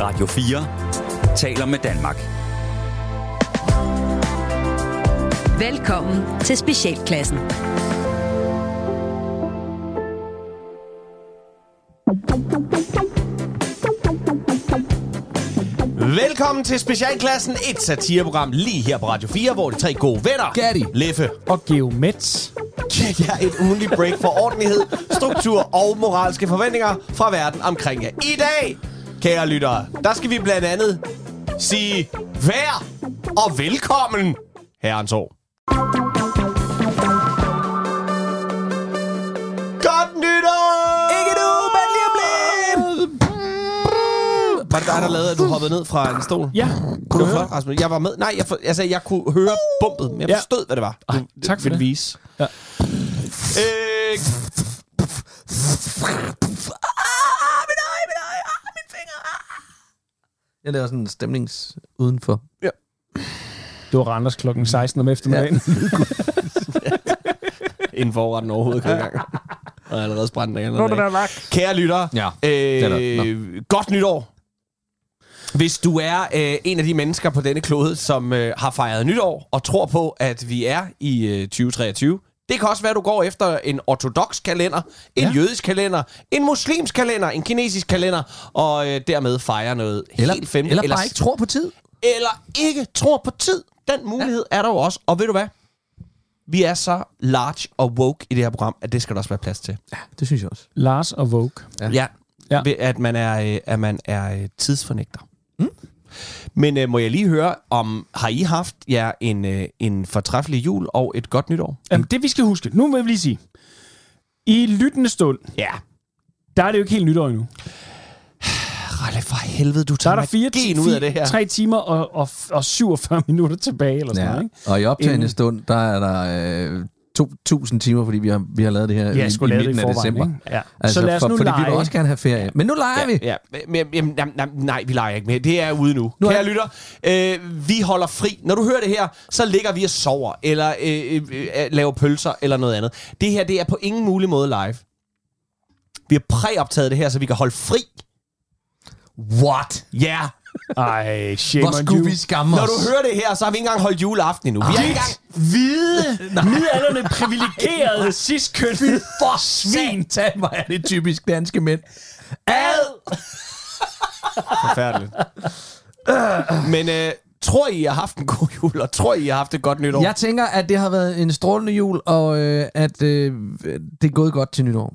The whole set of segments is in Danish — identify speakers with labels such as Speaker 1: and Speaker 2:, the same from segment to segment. Speaker 1: Radio 4 taler med Danmark.
Speaker 2: Velkommen til Specialklassen.
Speaker 3: Velkommen til Specialklassen, et satireprogram lige her på Radio 4, hvor de tre gode venner,
Speaker 4: Gatti.
Speaker 3: Leffe
Speaker 4: og Geomets.
Speaker 3: giver jer et ugenligt break for ordentlighed, struktur og moralske forventninger fra verden omkring jer. I dag, kære lyttere, der skal vi blandt andet sige vær og velkommen, herrens år. Godt nytår! Ikke nu, men lige om lidt! Var det dig, der lavede, at du hoppede ned fra en stol?
Speaker 4: Ja,
Speaker 3: Det var flot, Rasmus. Jeg var med. Nej, jeg, for, altså, jeg kunne høre bumpet, men jeg
Speaker 4: Ja.
Speaker 3: forstod, hvad det var.
Speaker 4: Ej,
Speaker 3: Du
Speaker 4: tak for
Speaker 3: ville
Speaker 4: det.
Speaker 3: vise.
Speaker 4: Ja.
Speaker 3: Øh, ah, min øje, min øje, ah, min finger, ah.
Speaker 5: Jeg laver sådan en stemnings udenfor.
Speaker 4: Det var Randers klokken 16 om eftermiddagen. Ja.
Speaker 3: Inden forretten overhovedet kom i gang. Og jeg allerede sprændt den
Speaker 4: Nå, den
Speaker 3: allerede.
Speaker 4: er lagt.
Speaker 3: Kære lyttere,
Speaker 5: Ja, det er der.
Speaker 3: øh, godt nytår. Hvis du er øh, en af de mennesker på denne klode, som øh, har fejret nytår og tror på, at vi er i øh, 2023, det kan også være, at du går efter en ortodox kalender, en ja.
Speaker 4: Ja.
Speaker 3: jødisk kalender, en muslimsk kalender, en kinesisk kalender, og øh, dermed fejrer noget helt femt.
Speaker 5: eller bare ikke tror på tid.
Speaker 3: eller ikke tror på tid. Den mulighed ja. er der jo også. Og ved du hvad? Vi er så large og woke i det her program, at det skal der også være plads til.
Speaker 5: Ja, det synes jeg også.
Speaker 4: Lars og Vogue.
Speaker 3: Ja. ja.
Speaker 4: Ja.
Speaker 3: Ved, at man er, øh, at man er øh, tidsfornægter. Mm. Men øh, må jeg lige høre, om har I haft jer en, øh, en fortræffelig jul og et godt nytår?
Speaker 4: Jamen, det vi skal huske, nu vil jeg lige sige. I lyttende stund,
Speaker 3: Ja.
Speaker 4: der er det jo ikke helt nytår endnu.
Speaker 3: Ralle, for helvede, du
Speaker 4: Der er
Speaker 3: tager
Speaker 4: der fire,
Speaker 3: magien ud af det her.
Speaker 4: 3 timer og, og, og 47 minutter tilbage, eller sådan ja. noget, ikke?
Speaker 5: Og i optagende
Speaker 4: Inden-
Speaker 5: stund, der er der øh, 2.000 timer, fordi vi har, vi har lavet det her
Speaker 4: Ja, jeg
Speaker 5: i,
Speaker 4: skulle
Speaker 5: i
Speaker 4: lave det i
Speaker 5: midten af
Speaker 4: forvejen,
Speaker 5: december.
Speaker 4: ikke? Ja.
Speaker 5: Altså,
Speaker 4: så lad os
Speaker 5: for,
Speaker 4: nu
Speaker 5: fordi
Speaker 4: lege.
Speaker 5: vi vil også gerne have ferie. Men nu leger vi.
Speaker 3: Ja, ja. Men, jamen, jamen, jamen, nej, vi leger ikke mere. Det er ude nu. nu
Speaker 5: Nu er
Speaker 3: Kære lytter, øh, vi holder fri. Når du hører det her, så ligger vi og sover, eller øh, øh, øh, laver pølser, eller noget andet. Det her, det er på ingen mulig måde live. Vi har præoptaget det her, så vi kan holde fri.
Speaker 5: What?
Speaker 3: Ja! Yeah.
Speaker 4: Ej, shame
Speaker 5: Hvor
Speaker 4: on
Speaker 5: skulle
Speaker 4: you.
Speaker 5: vi skamme os?
Speaker 3: Når du hører det her, så har vi ikke engang holdt juleaften endnu. Vi har ikke engang
Speaker 4: Hvide, midalderne privilegerede sidstkønnede
Speaker 5: For svin, tag mig er det typisk danske mænd.
Speaker 3: Ad! Forfærdeligt. Men øh, tror I, I har haft en god jul, og tror I, I har haft et godt nytår?
Speaker 5: Jeg tænker, at det har været en strålende jul, og øh, at øh, det er gået godt til nytår.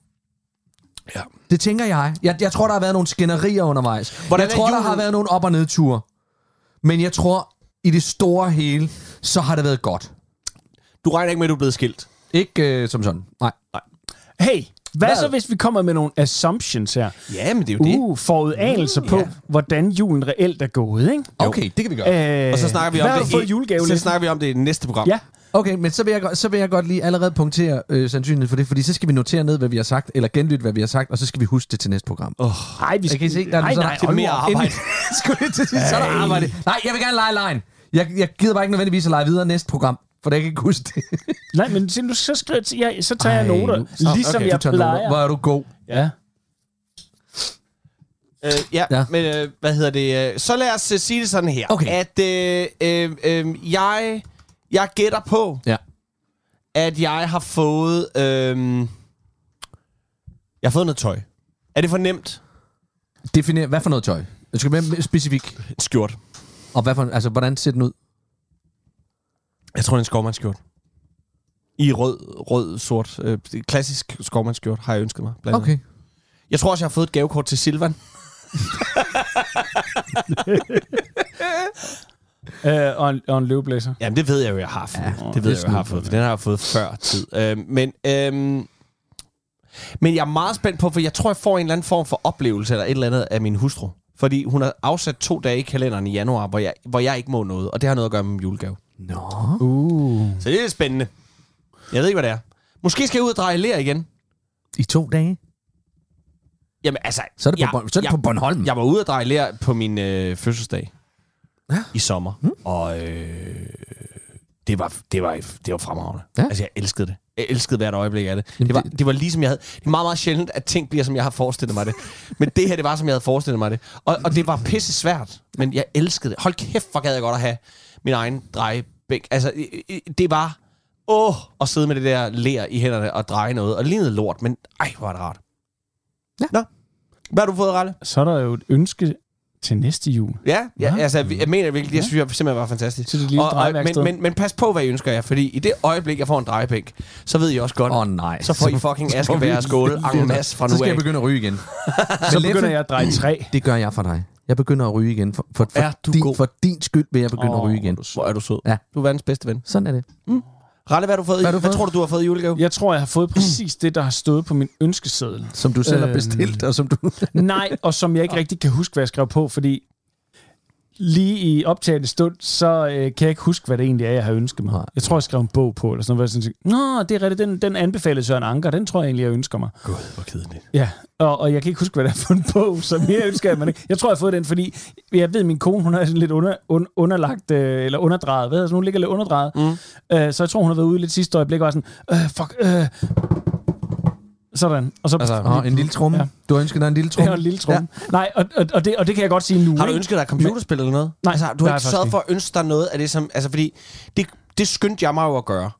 Speaker 3: Ja.
Speaker 5: Det tænker jeg. jeg. Jeg tror, der har været nogle skænderier undervejs.
Speaker 3: Hvordan
Speaker 5: Hvordan
Speaker 3: er
Speaker 5: jeg tror, der
Speaker 3: julen?
Speaker 5: har været nogle op- og nedture. Men jeg tror, i det store hele, så har det været godt.
Speaker 3: Du regner ikke med, at du er blevet skilt?
Speaker 5: Ikke øh, som sådan. Nej.
Speaker 4: Hey, hvad,
Speaker 5: Hvad?
Speaker 4: hvad så, hvis vi kommer med nogle assumptions her?
Speaker 3: Ja, men det er jo det.
Speaker 4: Uh, forudanelser mm, på,
Speaker 3: ja.
Speaker 4: hvordan julen reelt er gået, ikke?
Speaker 5: Okay, det kan vi gøre.
Speaker 4: Øh,
Speaker 3: Og så snakker vi om
Speaker 4: hvad har
Speaker 3: det
Speaker 4: du fået i
Speaker 3: så
Speaker 4: julegave
Speaker 3: snakker vi om det i næste program.
Speaker 4: Ja,
Speaker 5: Okay, men så vil jeg, godt- så vil jeg godt lige allerede punktere øh, sandsynligheden for det, fordi så skal vi notere ned, hvad vi har sagt, eller genlytte, hvad vi har sagt, og så skal vi huske det til næste program. Oh,
Speaker 4: nej, vi
Speaker 5: jeg kan I se, der er
Speaker 4: nej,
Speaker 5: så
Speaker 4: nej,
Speaker 3: til
Speaker 4: og nu-
Speaker 3: mere arbejde.
Speaker 5: Skulle jeg til at sige, så er der arbejde. Nej, jeg vil gerne lege lejen. Jeg, jeg gider bare ikke nødvendigvis at lege videre næste program, for jeg kan ikke huske det.
Speaker 4: Nej, men se, nu, så, skriver, jeg- jeg, så tager jeg
Speaker 5: Ej,
Speaker 4: noter,
Speaker 5: nu- så-
Speaker 4: ligesom
Speaker 5: okay,
Speaker 4: jeg
Speaker 5: du tager noter.
Speaker 4: plejer.
Speaker 5: Hvor er du god.
Speaker 4: Ja.
Speaker 3: Øh, ja, ja,
Speaker 5: Ja.
Speaker 3: men øh, hvad hedder det? Øh, så lad os øh, sige det sådan her.
Speaker 5: Okay.
Speaker 3: At øh, øh, øh, jeg, jeg gætter på,
Speaker 5: Ja.
Speaker 3: at jeg har fået... Øh, jeg har fået noget tøj. Er det for nemt?
Speaker 5: Definer, hvad for noget tøj? Jeg skal være mere specifik.
Speaker 3: En skjort.
Speaker 5: Og hvad for, altså, hvordan ser den ud?
Speaker 3: Jeg tror, det er en skovmandskjort. I rød, rød, sort. Øh, klassisk skovmandskjort har jeg ønsket mig. Blandt andet.
Speaker 5: Okay.
Speaker 3: Jeg tror også, jeg har fået et gavekort til Silvan.
Speaker 4: Øh, og, en, og en løveblæser.
Speaker 3: Jamen, det ved jeg jo, jeg har fået. Ja, det ved jeg
Speaker 5: det
Speaker 3: jo, jeg har fået, for den har jeg fået før tid. Øh, men, øh, men jeg er meget spændt på, for jeg tror, jeg får en eller anden form for oplevelse eller et eller andet af min hustru. Fordi hun har afsat to dage i kalenderen i januar, hvor jeg, hvor jeg ikke må noget, og det har noget at gøre med min julegave.
Speaker 5: Nå.
Speaker 4: Uh.
Speaker 3: Så det er lidt spændende. Jeg ved ikke, hvad det er. Måske skal jeg ud og dreje lær igen.
Speaker 5: I to dage?
Speaker 3: Jamen, altså...
Speaker 5: Så er det på,
Speaker 3: jeg,
Speaker 5: Born- så er det
Speaker 3: jeg,
Speaker 5: på Bornholm.
Speaker 3: Jeg var ude og dreje lær på min øh, fødselsdag
Speaker 5: Ja. Hmm?
Speaker 3: i sommer. Mm. Og øh, det var, det var, det var fremragende.
Speaker 5: Ja.
Speaker 3: Ja. Altså, jeg elskede det. Jeg elskede hvert øjeblik af det.
Speaker 5: Jamen,
Speaker 3: det, var,
Speaker 5: det-
Speaker 3: det var ligesom jeg havde... Det er meget, meget sjældent, at ting bliver, som jeg har forestillet mig det. men det her, det var, som jeg havde forestillet mig det. Og, og det var pisse svært, men jeg elskede det. Hold kæft, hvor gad jeg godt at have min egen drejebænk. Altså, i- i- det var... Åh, at sidde med det der lær i hænderne og dreje noget. Og det lignede lort, men ej, hvor er det rart.
Speaker 5: Ja.
Speaker 3: Nå. Hvad har du fået, Ralle?
Speaker 4: Så er der jo et ønske til næste jul.
Speaker 3: Ja, ja,
Speaker 4: Ja.
Speaker 3: altså, vi- jeg mener virkelig, det synes jeg simpelthen var fantastisk.
Speaker 4: Til det lille drejeværksted.
Speaker 3: men, men, men pas på, hvad I ønsker jer, fordi i det øjeblik, jeg får en drejebænk, så ved I også godt,
Speaker 5: Åh oh, nej.
Speaker 3: så får I fucking askebær og skåle en masse fra
Speaker 5: Så
Speaker 3: nu
Speaker 5: skal
Speaker 3: af.
Speaker 5: jeg begynde at ryge igen.
Speaker 4: Så
Speaker 5: Men Leffe,
Speaker 4: begynder jeg at dreje træ.
Speaker 5: Det gør jeg for dig. Jeg begynder at ryge igen. For, for, for,
Speaker 3: Er du
Speaker 5: din,
Speaker 3: god.
Speaker 5: for din skyld vil jeg begynde oh, at ryge igen.
Speaker 3: Hvor er du sød.
Speaker 5: Ja.
Speaker 3: Du er verdens bedste ven.
Speaker 5: Sådan er det.
Speaker 3: Ralle, hvad har du fået? i-
Speaker 5: Hvad har du
Speaker 3: Hvad
Speaker 5: fået?
Speaker 3: tror du, du har fået i julegave?
Speaker 4: Jeg tror, jeg har fået præcis det, der har stået på min ønskeseddel.
Speaker 5: Som du selv har
Speaker 4: Øhm.
Speaker 5: bestilt, og som du...
Speaker 4: Nej, og som jeg ikke rigtig kan huske, hvad jeg skrev på, fordi lige i optagende stund, så øh, kan jeg ikke huske, hvad det egentlig er, jeg har ønsket mig.
Speaker 5: Nej.
Speaker 4: Jeg tror, jeg skrev en bog på, eller sådan noget. hvor jeg Sådan, tænkte, Nå, det er rigtigt, den, den anbefalede Søren Anker, den tror jeg egentlig, jeg ønsker mig.
Speaker 3: Gud, hvor kedeligt.
Speaker 4: Ja, og, og jeg kan ikke huske, hvad der er for en bog, som jeg ønsker mig. Jeg tror, jeg har fået den, fordi jeg ved, min kone, hun er sådan lidt under, un, underlagt, øh, eller underdrejet, hvad hedder sådan, hun ligger lidt underdrejet. Mm. Øh, så jeg tror, hun har været ude lidt sidste øjeblik, og er sådan, øh, fuck, øh. Sådan. Og så,
Speaker 3: Altså,
Speaker 5: Åh, en lille tromme.
Speaker 4: Ja.
Speaker 5: Du har ønsket dig en lille
Speaker 4: det
Speaker 5: tromme.
Speaker 4: er en lille tromme. Ja. Nej, og, og, og, det, og det kan jeg godt sige nu.
Speaker 3: Har du
Speaker 4: ikke?
Speaker 3: ønsket dig et computerspil eller noget?
Speaker 4: Nej,
Speaker 3: altså, du
Speaker 4: det
Speaker 3: har
Speaker 4: har
Speaker 3: ikke
Speaker 4: jeg
Speaker 3: sørget
Speaker 4: faktisk
Speaker 3: for at ønske dig noget af det, som... Altså, fordi det, det skyndte jeg mig jo at gøre.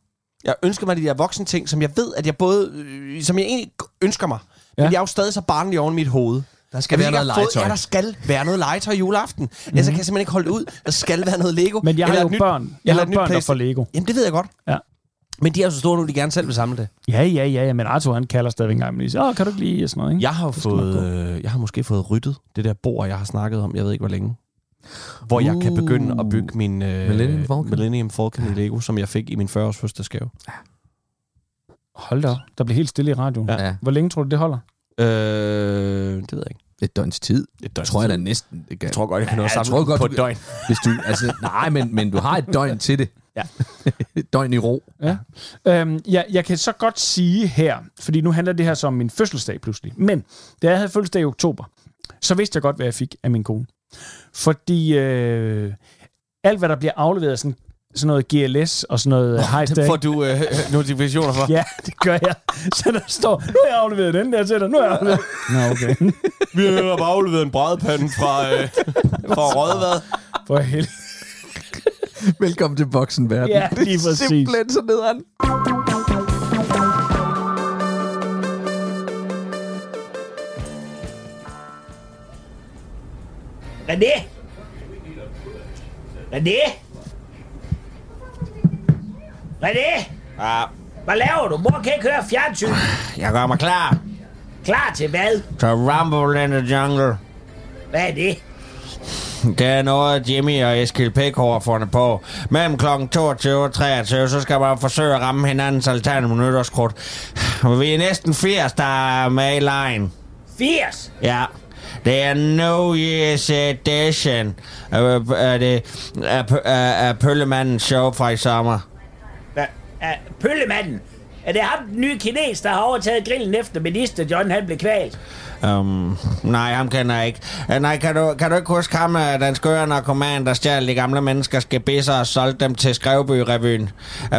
Speaker 3: Jeg ønsker mig de der voksne ting, som jeg ved, at jeg både... Øh, som jeg egentlig ønsker mig. Ja.
Speaker 4: Ja.
Speaker 3: Men jeg er jo stadig så barnlig oven i mit hoved.
Speaker 5: Der
Speaker 3: Jeg
Speaker 5: skal
Speaker 3: ved
Speaker 5: være
Speaker 3: ikke,
Speaker 5: noget
Speaker 3: jeg har fået-
Speaker 5: legetøj.
Speaker 3: Ja, der skal være noget legetøj juleaften. Mm-hmm. Ellers kan jeg simpelthen ikke holde det ud. Der skal være noget Lego.
Speaker 4: Mhm. Men jeg har
Speaker 3: eller
Speaker 4: jo
Speaker 3: et nyt-
Speaker 4: børn. Jeg
Speaker 3: eller
Speaker 4: har
Speaker 3: et nyt
Speaker 4: børn, der
Speaker 3: Playsta-
Speaker 4: får Lego.
Speaker 3: Jamen, det ved jeg godt.
Speaker 4: Ja.
Speaker 3: Men de er jo så store nu, de gerne selv vil samle det.
Speaker 4: Ja, ja, ja, ja, men Arthur, han kalder stadigvæk engang, men lige siger, åh, kan du ikke lige, og sådan noget, ikke?
Speaker 3: Jeg har jo fået, øh, jeg har måske fået ryddet det der bord, jeg har snakket om, jeg ved ikke hvor længe. Hvor uh, jeg kan begynde at bygge min øh,
Speaker 5: Millennium Falcon.
Speaker 3: Millennium Falcon i Lego, som jeg fik i min 40-års fødselsdagsgave.
Speaker 4: Hold da op. Der blev helt stille i radioen.
Speaker 3: Ja.
Speaker 4: Ja.
Speaker 5: Ja,
Speaker 4: Hvor længe tror du, det holder?
Speaker 3: Øh, det ved jeg ikke.
Speaker 5: et døgns tid.
Speaker 3: Et døgn.
Speaker 5: Tror jeg da næsten. Det
Speaker 3: Altså,
Speaker 5: kan.
Speaker 3: jeg tror godt, jeg kan nå
Speaker 5: Ja,
Speaker 3: at
Speaker 5: jeg
Speaker 3: samle
Speaker 5: tror godt,
Speaker 3: på
Speaker 5: du
Speaker 3: et
Speaker 5: kan-
Speaker 3: døgn.
Speaker 5: Hvis du, altså, nej, men, men du har et døgn til det.
Speaker 3: Ja.
Speaker 5: et døgn i ro.
Speaker 4: Øhm, jeg, jeg kan så godt sige her, fordi nu handler det her som min fødselsdag pludselig, men da jeg havde fødselsdag i oktober, så vidste jeg godt, hvad jeg fik af min kone. Fordi øh, alt, hvad der bliver afleveret, sådan, sådan noget GLS og sådan noget oh, high
Speaker 3: Dem får du øh, notifikationer for.
Speaker 4: Ja, det gør jeg. Så der står, nu har jeg afleveret den der til dig, nu har jeg afleveret. Nå, okay.
Speaker 3: Vi har bare afleveret en brædepande fra, øh, fra Rødvad.
Speaker 4: For helvede.
Speaker 5: Velkommen til voksenverden.
Speaker 4: Ja, lige præcis.
Speaker 5: Simpelthen så nederen.
Speaker 2: René! René! René!
Speaker 1: Ja,
Speaker 2: Hvad laver du? Mor kan ikke høre fjernsyn.
Speaker 1: jeg gør mig klar
Speaker 2: Klar til hvad?
Speaker 1: til Rumble in the Jungle.
Speaker 2: Hvad er det?
Speaker 1: Det er noget, Jimmy og Eskil Pækgaard har fundet på. Mellem kl. 22 og 23, så skal man forsøge at ramme hinandens alterne med nytårskrudt. Vi er næsten 80, der er med i lejen.
Speaker 2: 80!
Speaker 1: Ja. Det er New Year's Edition af, af, det, af, pø- af, af Pøllemandens show fra i sommer.
Speaker 2: Hvad? Er pøllemanden? Er det ham, den nye kines, der har overtaget grillen efter minister John, han blev kvalt?
Speaker 1: Um, nej, ham kender jeg ikke. Uh, nej, kan du, kan du ikke huske ham, uh, den skøre narkoman, der stjal de gamle menneskers gebisser og solgte dem til Skrevby-revyen?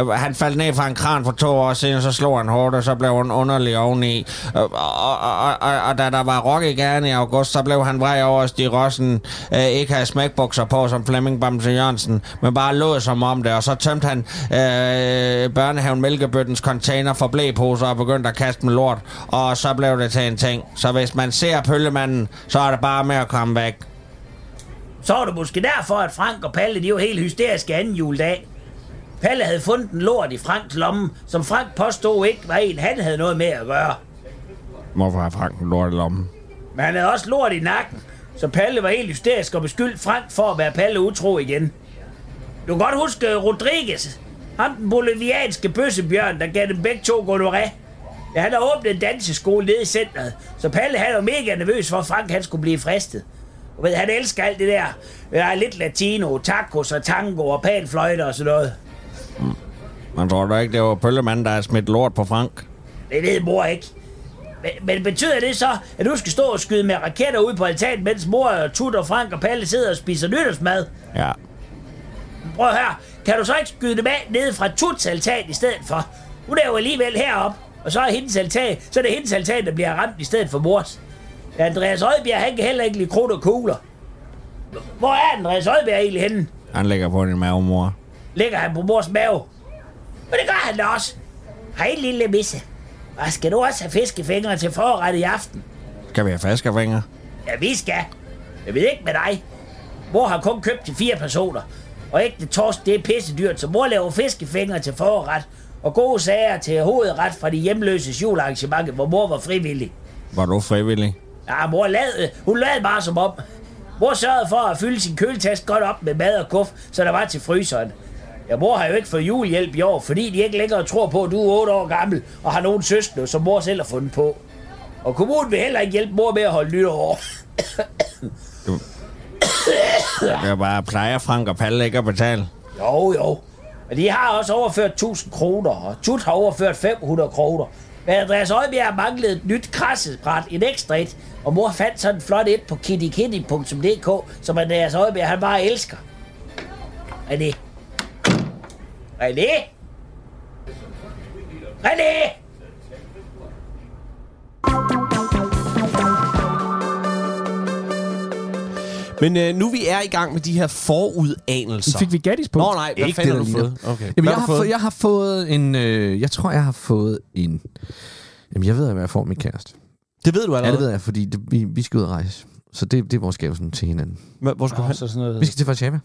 Speaker 1: Uh, han faldt ned fra en kran for to år siden, så slog han hårdt, og så blev han underlig oveni. Uh, og, og, og, og, og da der var rock i gerne i august, så blev han vred over, at Stig Rossen uh, ikke havde smækbukser på, som Flemming Bamse Jørgensen, men bare lod som om det, og så tømte han øh, børnehaven Mælkebøttens container for blæposer og begyndte at kaste med lort, og så blev det til en ting. Så hvis man ser pøllemanden, så er det bare med at komme væk.
Speaker 2: Så var det måske derfor, at Frank og Palle, de var helt hysteriske anden juledag. Palle havde fundet en lort i Franks lomme, som Frank påstod ikke var en, han havde noget med at gøre.
Speaker 1: Hvorfor har Frank en lort i lommen?
Speaker 2: Men han havde også lort i nakken, så Palle var helt hysterisk og beskyldte Frank for at være Palle utro igen. Du kan godt huske øh, Rodriguez, ham den bolivianske bøssebjørn, der gav dem begge to gonoré. Ja, han har åbnet en danseskole nede i centret, så Palle han var mega nervøs for, at Frank han skulle blive fristet. Du ved, han elsker alt det der. Der er lidt latino, tacos og tango og panfløjter og sådan noget.
Speaker 1: Man tror da ikke, det var pøllemanden, der har smidt lort på Frank?
Speaker 2: Det ved mor ikke. Men- Men betyder det så, at du skal stå og skyde med raketter ud på altanen, mens mor og Tut og Frank og Palle sidder og spiser nytårsmad?
Speaker 1: Ja.
Speaker 2: Prøv her. Kan du så ikke skyde dem af nede fra Tuts altan i stedet for? Hun er jo alligevel heroppe, og så er, hendes altan, så er det hendes altan, der bliver ramt i stedet for mors. Andreas Højbjerg, han kan heller ikke lide krudt og kugler. Hvor er Andreas Højbjerg egentlig henne?
Speaker 1: Han ligger på din mave, mor.
Speaker 2: Ligger han på mors mave? Men det gør han da også. Hej, lille misse. Hvad skal du også have fiskefingre til forret i aften?
Speaker 1: Skal vi have faskerfingre?
Speaker 2: Ja, vi skal. Jeg ved ikke med dig. Mor har kun købt til fire personer. Og ikke det torsk, det er pissedyrt, så mor laver fiskefingre til forret. Og gode sager til hovedret fra de hjemløse julearrangement, hvor mor var frivillig.
Speaker 1: Var du frivillig?
Speaker 2: Ja, mor lad, hun lad bare som om. Mor sørgede for at fylde sin køletaske godt op med mad og kuff, så der var til fryseren. Ja, mor har jo ikke fået julehjælp i år, fordi de ikke længere tror på, at du er 8 år gammel og har nogle søskende, som mor selv har fundet på. Og kommunen vil heller ikke hjælpe mor med at holde nytår.
Speaker 1: Det er bare plejer Frank og Palle ikke at betale.
Speaker 2: Jo, jo. Men de har også overført 1000 kroner, og Tut har overført 500 kroner. Men Andreas Højbjerg manglede et nyt krassesbræt, en ekstra et, og mor fandt sådan flot et på kittykitty.dk, som Andreas Højbjerg han bare elsker. René. René? René!
Speaker 3: Men øh, nu vi er i gang med de her
Speaker 4: Så.
Speaker 3: forudanelser.
Speaker 4: Fik vi Gaddis på?
Speaker 3: Nå nej, hvad
Speaker 5: Ikke
Speaker 3: fanden har
Speaker 5: det,
Speaker 3: du
Speaker 5: der
Speaker 3: fået? Okay.
Speaker 5: Jamen,
Speaker 3: Hvad
Speaker 5: jeg,
Speaker 3: du
Speaker 5: har fået? jeg har fået en... Øh, jeg tror, jeg har fået en... Jamen, jeg ved, hvad jeg får min kæreste.
Speaker 3: Det ved du
Speaker 5: Ja, det
Speaker 3: allerede.
Speaker 5: ved jeg, fordi det, vi, vi skal ud og rejse. Så det, det er vores gave sådan, til hinanden.
Speaker 3: Ja, Hvor skulle
Speaker 4: Nå,
Speaker 3: han?
Speaker 4: så sådan noget.
Speaker 5: Vi skal til Warszawa.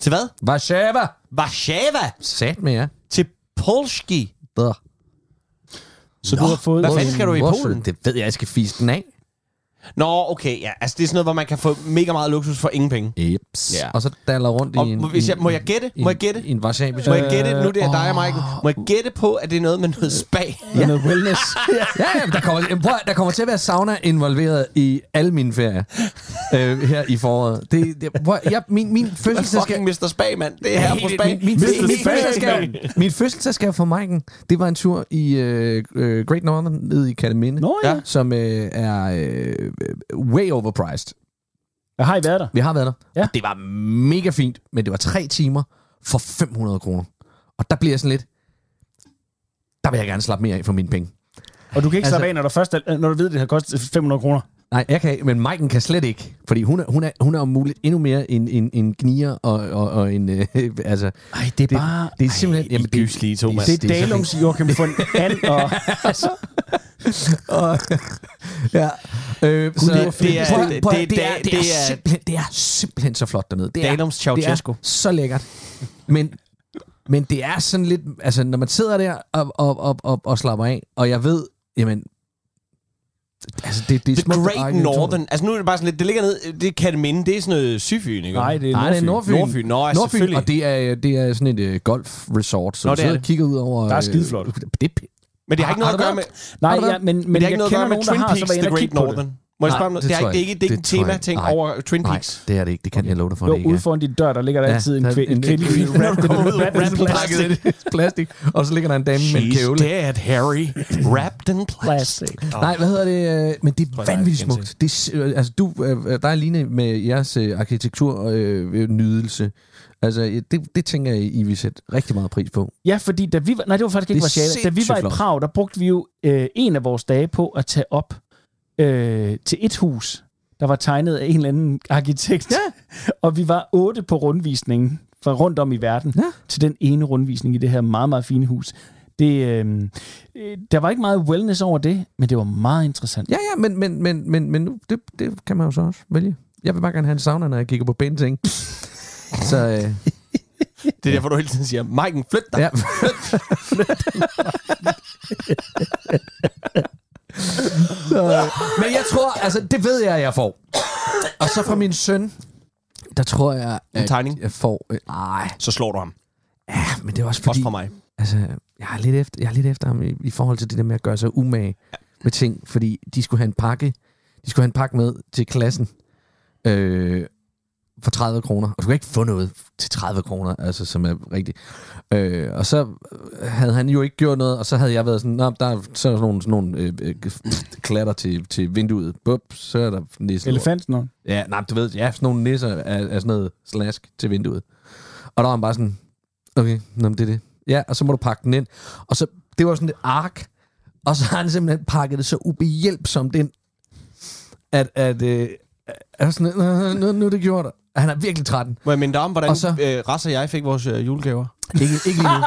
Speaker 3: Til hvad?
Speaker 5: Warszawa!
Speaker 3: Warszawa!
Speaker 5: Sat med jer.
Speaker 3: Til Polski.
Speaker 5: Brr.
Speaker 4: Så du har fået...
Speaker 3: hvad fanden skal du i
Speaker 5: Hvorfor?
Speaker 3: Polen?
Speaker 5: Det ved jeg, jeg skal fise den af.
Speaker 3: Nå, okay, ja. Altså, det er sådan noget, hvor man kan få mega meget luksus for ingen penge.
Speaker 5: Jeps.
Speaker 3: Ja.
Speaker 5: Yeah. Og så daller rundt
Speaker 3: Og
Speaker 5: i en...
Speaker 3: hvis jeg,
Speaker 5: en-
Speaker 3: må jeg gætte? Må jeg gætte?
Speaker 5: En, en Warszawa.
Speaker 3: Må jeg gætte, nu det er dig og Michael, må jeg gætte på, at det er noget med noget spa?
Speaker 4: Ja. Noget wellness.
Speaker 5: Ja, ja, men der kommer, jamen, prøv, at- der kommer til at være sauna involveret i alle mine ferier øh, her i foråret. Det, det, prøv, at- jeg, min, min fødselsdagsgave...
Speaker 3: Fucking Mr. Spa, mand. Det er her på spa.
Speaker 5: Min, min,
Speaker 3: Det er
Speaker 5: min, min,
Speaker 3: helt
Speaker 5: fødselsdagsgave,
Speaker 3: vildt.
Speaker 5: min fødselsdagsgave for Maiken, det var en tur i øh, øh, Great Northern nede i Kataminde,
Speaker 4: Nå ja.
Speaker 3: Ja.
Speaker 5: som øh, er øh, way overpriced.
Speaker 4: Jeg har I været der?
Speaker 5: Vi har været der.
Speaker 4: Ja.
Speaker 5: Ja. Det var mega fint, men det var tre timer for 500 kroner. Og der bliver jeg sådan lidt... Der vil jeg gerne slappe mere af for mine penge.
Speaker 4: Og du kan ikke
Speaker 5: Altså-
Speaker 4: slappe af, når, der først er, når du ved, det har kostet 500 kroner.
Speaker 5: Nej, jeg kan ikke, men Maiken kan slet ikke, fordi hun er, hun er, hun er om muligt endnu mere en, en, en gnier og, og, og en... Øh, altså, Ej, det er
Speaker 4: bare-
Speaker 5: Det er simpelthen... Ej, jamen, det,
Speaker 3: gyslige, Thomas.
Speaker 4: Det er Dalums Joachim von And og...
Speaker 5: Altså. og, ja. Øh, så,
Speaker 3: det er- det er-
Speaker 5: prøv at-
Speaker 3: det-
Speaker 5: prøv at-
Speaker 3: det-
Speaker 5: det er-
Speaker 3: det-
Speaker 5: det er
Speaker 3: det er-
Speaker 5: simpelthen- Det er simpelthen så flot dernede. Det er,
Speaker 3: Dalums Ceausescu.
Speaker 5: det er så lækkert. Men, men det er sådan lidt... Altså, når man sidder der og, og, og, og, og slapper af, og jeg ved, jamen... Altså, det, det er
Speaker 3: The
Speaker 5: smukt, og
Speaker 3: Great
Speaker 5: arkitekturen-
Speaker 3: Northern. Altså nu er det bare sådan lidt, det ligger ned, det kan det minde, det er sådan noget Syfyn, ikke?
Speaker 4: Nej, det er
Speaker 5: Nej, det er Nordfyn.
Speaker 3: Nordfyn, nå, ja, selvfølgelig.
Speaker 5: og det er, det er sådan et øh, golfresort, så
Speaker 3: Nå,
Speaker 5: Nå,
Speaker 3: det
Speaker 5: du
Speaker 3: er
Speaker 5: sidder
Speaker 3: det.
Speaker 5: og kigger ud over...
Speaker 4: Der er
Speaker 5: øh,
Speaker 4: skideflot.
Speaker 5: Det er pænt.
Speaker 3: Men det har ikke
Speaker 5: Har-
Speaker 3: noget at
Speaker 5: har
Speaker 3: gøre
Speaker 5: du
Speaker 3: med,
Speaker 4: Nej,
Speaker 5: Har du
Speaker 4: ja, men, men,
Speaker 3: men det har
Speaker 4: jeg
Speaker 3: ikke noget at gøre
Speaker 4: kender
Speaker 3: med
Speaker 4: nogen,
Speaker 3: Twin
Speaker 4: der har, så
Speaker 3: Peaks,
Speaker 4: var jeg
Speaker 3: The
Speaker 4: inde og
Speaker 3: Great
Speaker 4: kigge på det.
Speaker 3: Northern. Må jeg
Speaker 5: Nej,
Speaker 3: spørge om noget?
Speaker 5: det
Speaker 3: Det, er
Speaker 5: tror
Speaker 3: ikke, det er ikke
Speaker 5: jeg
Speaker 3: det er
Speaker 5: ikke.
Speaker 3: ikke en
Speaker 5: Det tror
Speaker 3: tema
Speaker 5: jeg
Speaker 3: ting
Speaker 5: ikke. Nej.
Speaker 3: over Twin
Speaker 5: Nej,
Speaker 3: Peaks.
Speaker 5: det er det ikke. Det kan jeg love dig for, det
Speaker 4: Jo,
Speaker 5: ikke er.
Speaker 4: ude foran din dør, der ligger der
Speaker 5: Ja,
Speaker 4: altid en
Speaker 5: der er
Speaker 4: kvinde. En
Speaker 5: en-
Speaker 4: kvinde
Speaker 5: en-
Speaker 4: wrapped in
Speaker 3: Kommer ud
Speaker 4: wrapped in
Speaker 3: wrapped in
Speaker 4: plastic.
Speaker 5: plastik, og så ligger der en dame med en kævle.
Speaker 3: dead, Harry. Wrapped in
Speaker 4: Plastic.
Speaker 5: Nej, hvad hedder det? øh, Men det er
Speaker 3: jeg
Speaker 5: vanvittigt
Speaker 3: ikke kan
Speaker 5: smukt. Det er, s- øh, altså, du, øh, der er Line med jeres øh, arkitekturnydelse. Øh, nydelse. altså, øh, det, det tænker jeg, I vil sætte rigtig meget pris på.
Speaker 4: Ja, fordi da vi var, nej, det var faktisk ikke
Speaker 5: Det er
Speaker 4: Warszawa. Da vi var
Speaker 5: sindssygt
Speaker 4: i
Speaker 5: flot.
Speaker 4: Prag, der brugte vi jo øh, en af vores dage på at tage op øh, til et hus, der var tegnet af en eller anden arkitekt. Ja. Og vi var otte på rundvisningen fra rundt om i verden ja.
Speaker 5: Ja.
Speaker 4: til den ene rundvisning i det her meget, meget fine hus. Det, øh, øh, der var ikke meget wellness over det, men det var meget interessant.
Speaker 5: Ja, ja, men, men, men, men, men nu, det, det kan man jo så også vælge. Jeg vil bare gerne have en sauna, når jeg kigger på pæne ting. Så øh,
Speaker 3: Det er derfor, du hele tiden siger, Mike'en, flyt dig.
Speaker 5: ja. så, øh, men jeg tror, altså, det ved jeg, jeg får. Og så fra min søn, der tror jeg,
Speaker 3: En
Speaker 5: at
Speaker 3: tegning?
Speaker 5: jeg får... Øh, ej,
Speaker 3: Så slår du ham.
Speaker 5: Ja, men det er også fordi,
Speaker 3: Også fra mig.
Speaker 5: altså, jeg er lidt efter, jeg er lidt efter ham i, i forhold til det der med at gøre sig umage med ting, fordi de skulle have en pakke, de skulle have en pakke med til klassen øh, for 30 kroner, og du kan ikke få noget til 30 kroner, altså som er rigtigt. Øh, og så havde han jo ikke gjort noget, og så havde jeg været sådan, Nå, der er sådan nogle, sådan nogle øh, øh, klatter til, til vinduet, Bup, så er der næsten
Speaker 4: Elefanten.
Speaker 5: Ja, nej, du ved, ja, sådan nogle nisser er, er sådan noget slask til vinduet. Og der var han bare sådan, okay, nå, men det er det. Ja, og så må du pakke den ind. Og så, det var sådan et ark, og så har han simpelthen pakket det så ubehjælpsomt ind, at, at, øh, at jeg sådan, "Nå, nu, nu er det gjort. Han er virkelig træt.
Speaker 3: Må jeg minde dig om, hvordan
Speaker 5: Og så-
Speaker 3: så... øh, Ras og jeg fik vores øh, julegaver?
Speaker 5: Ikke, ikke lige nu.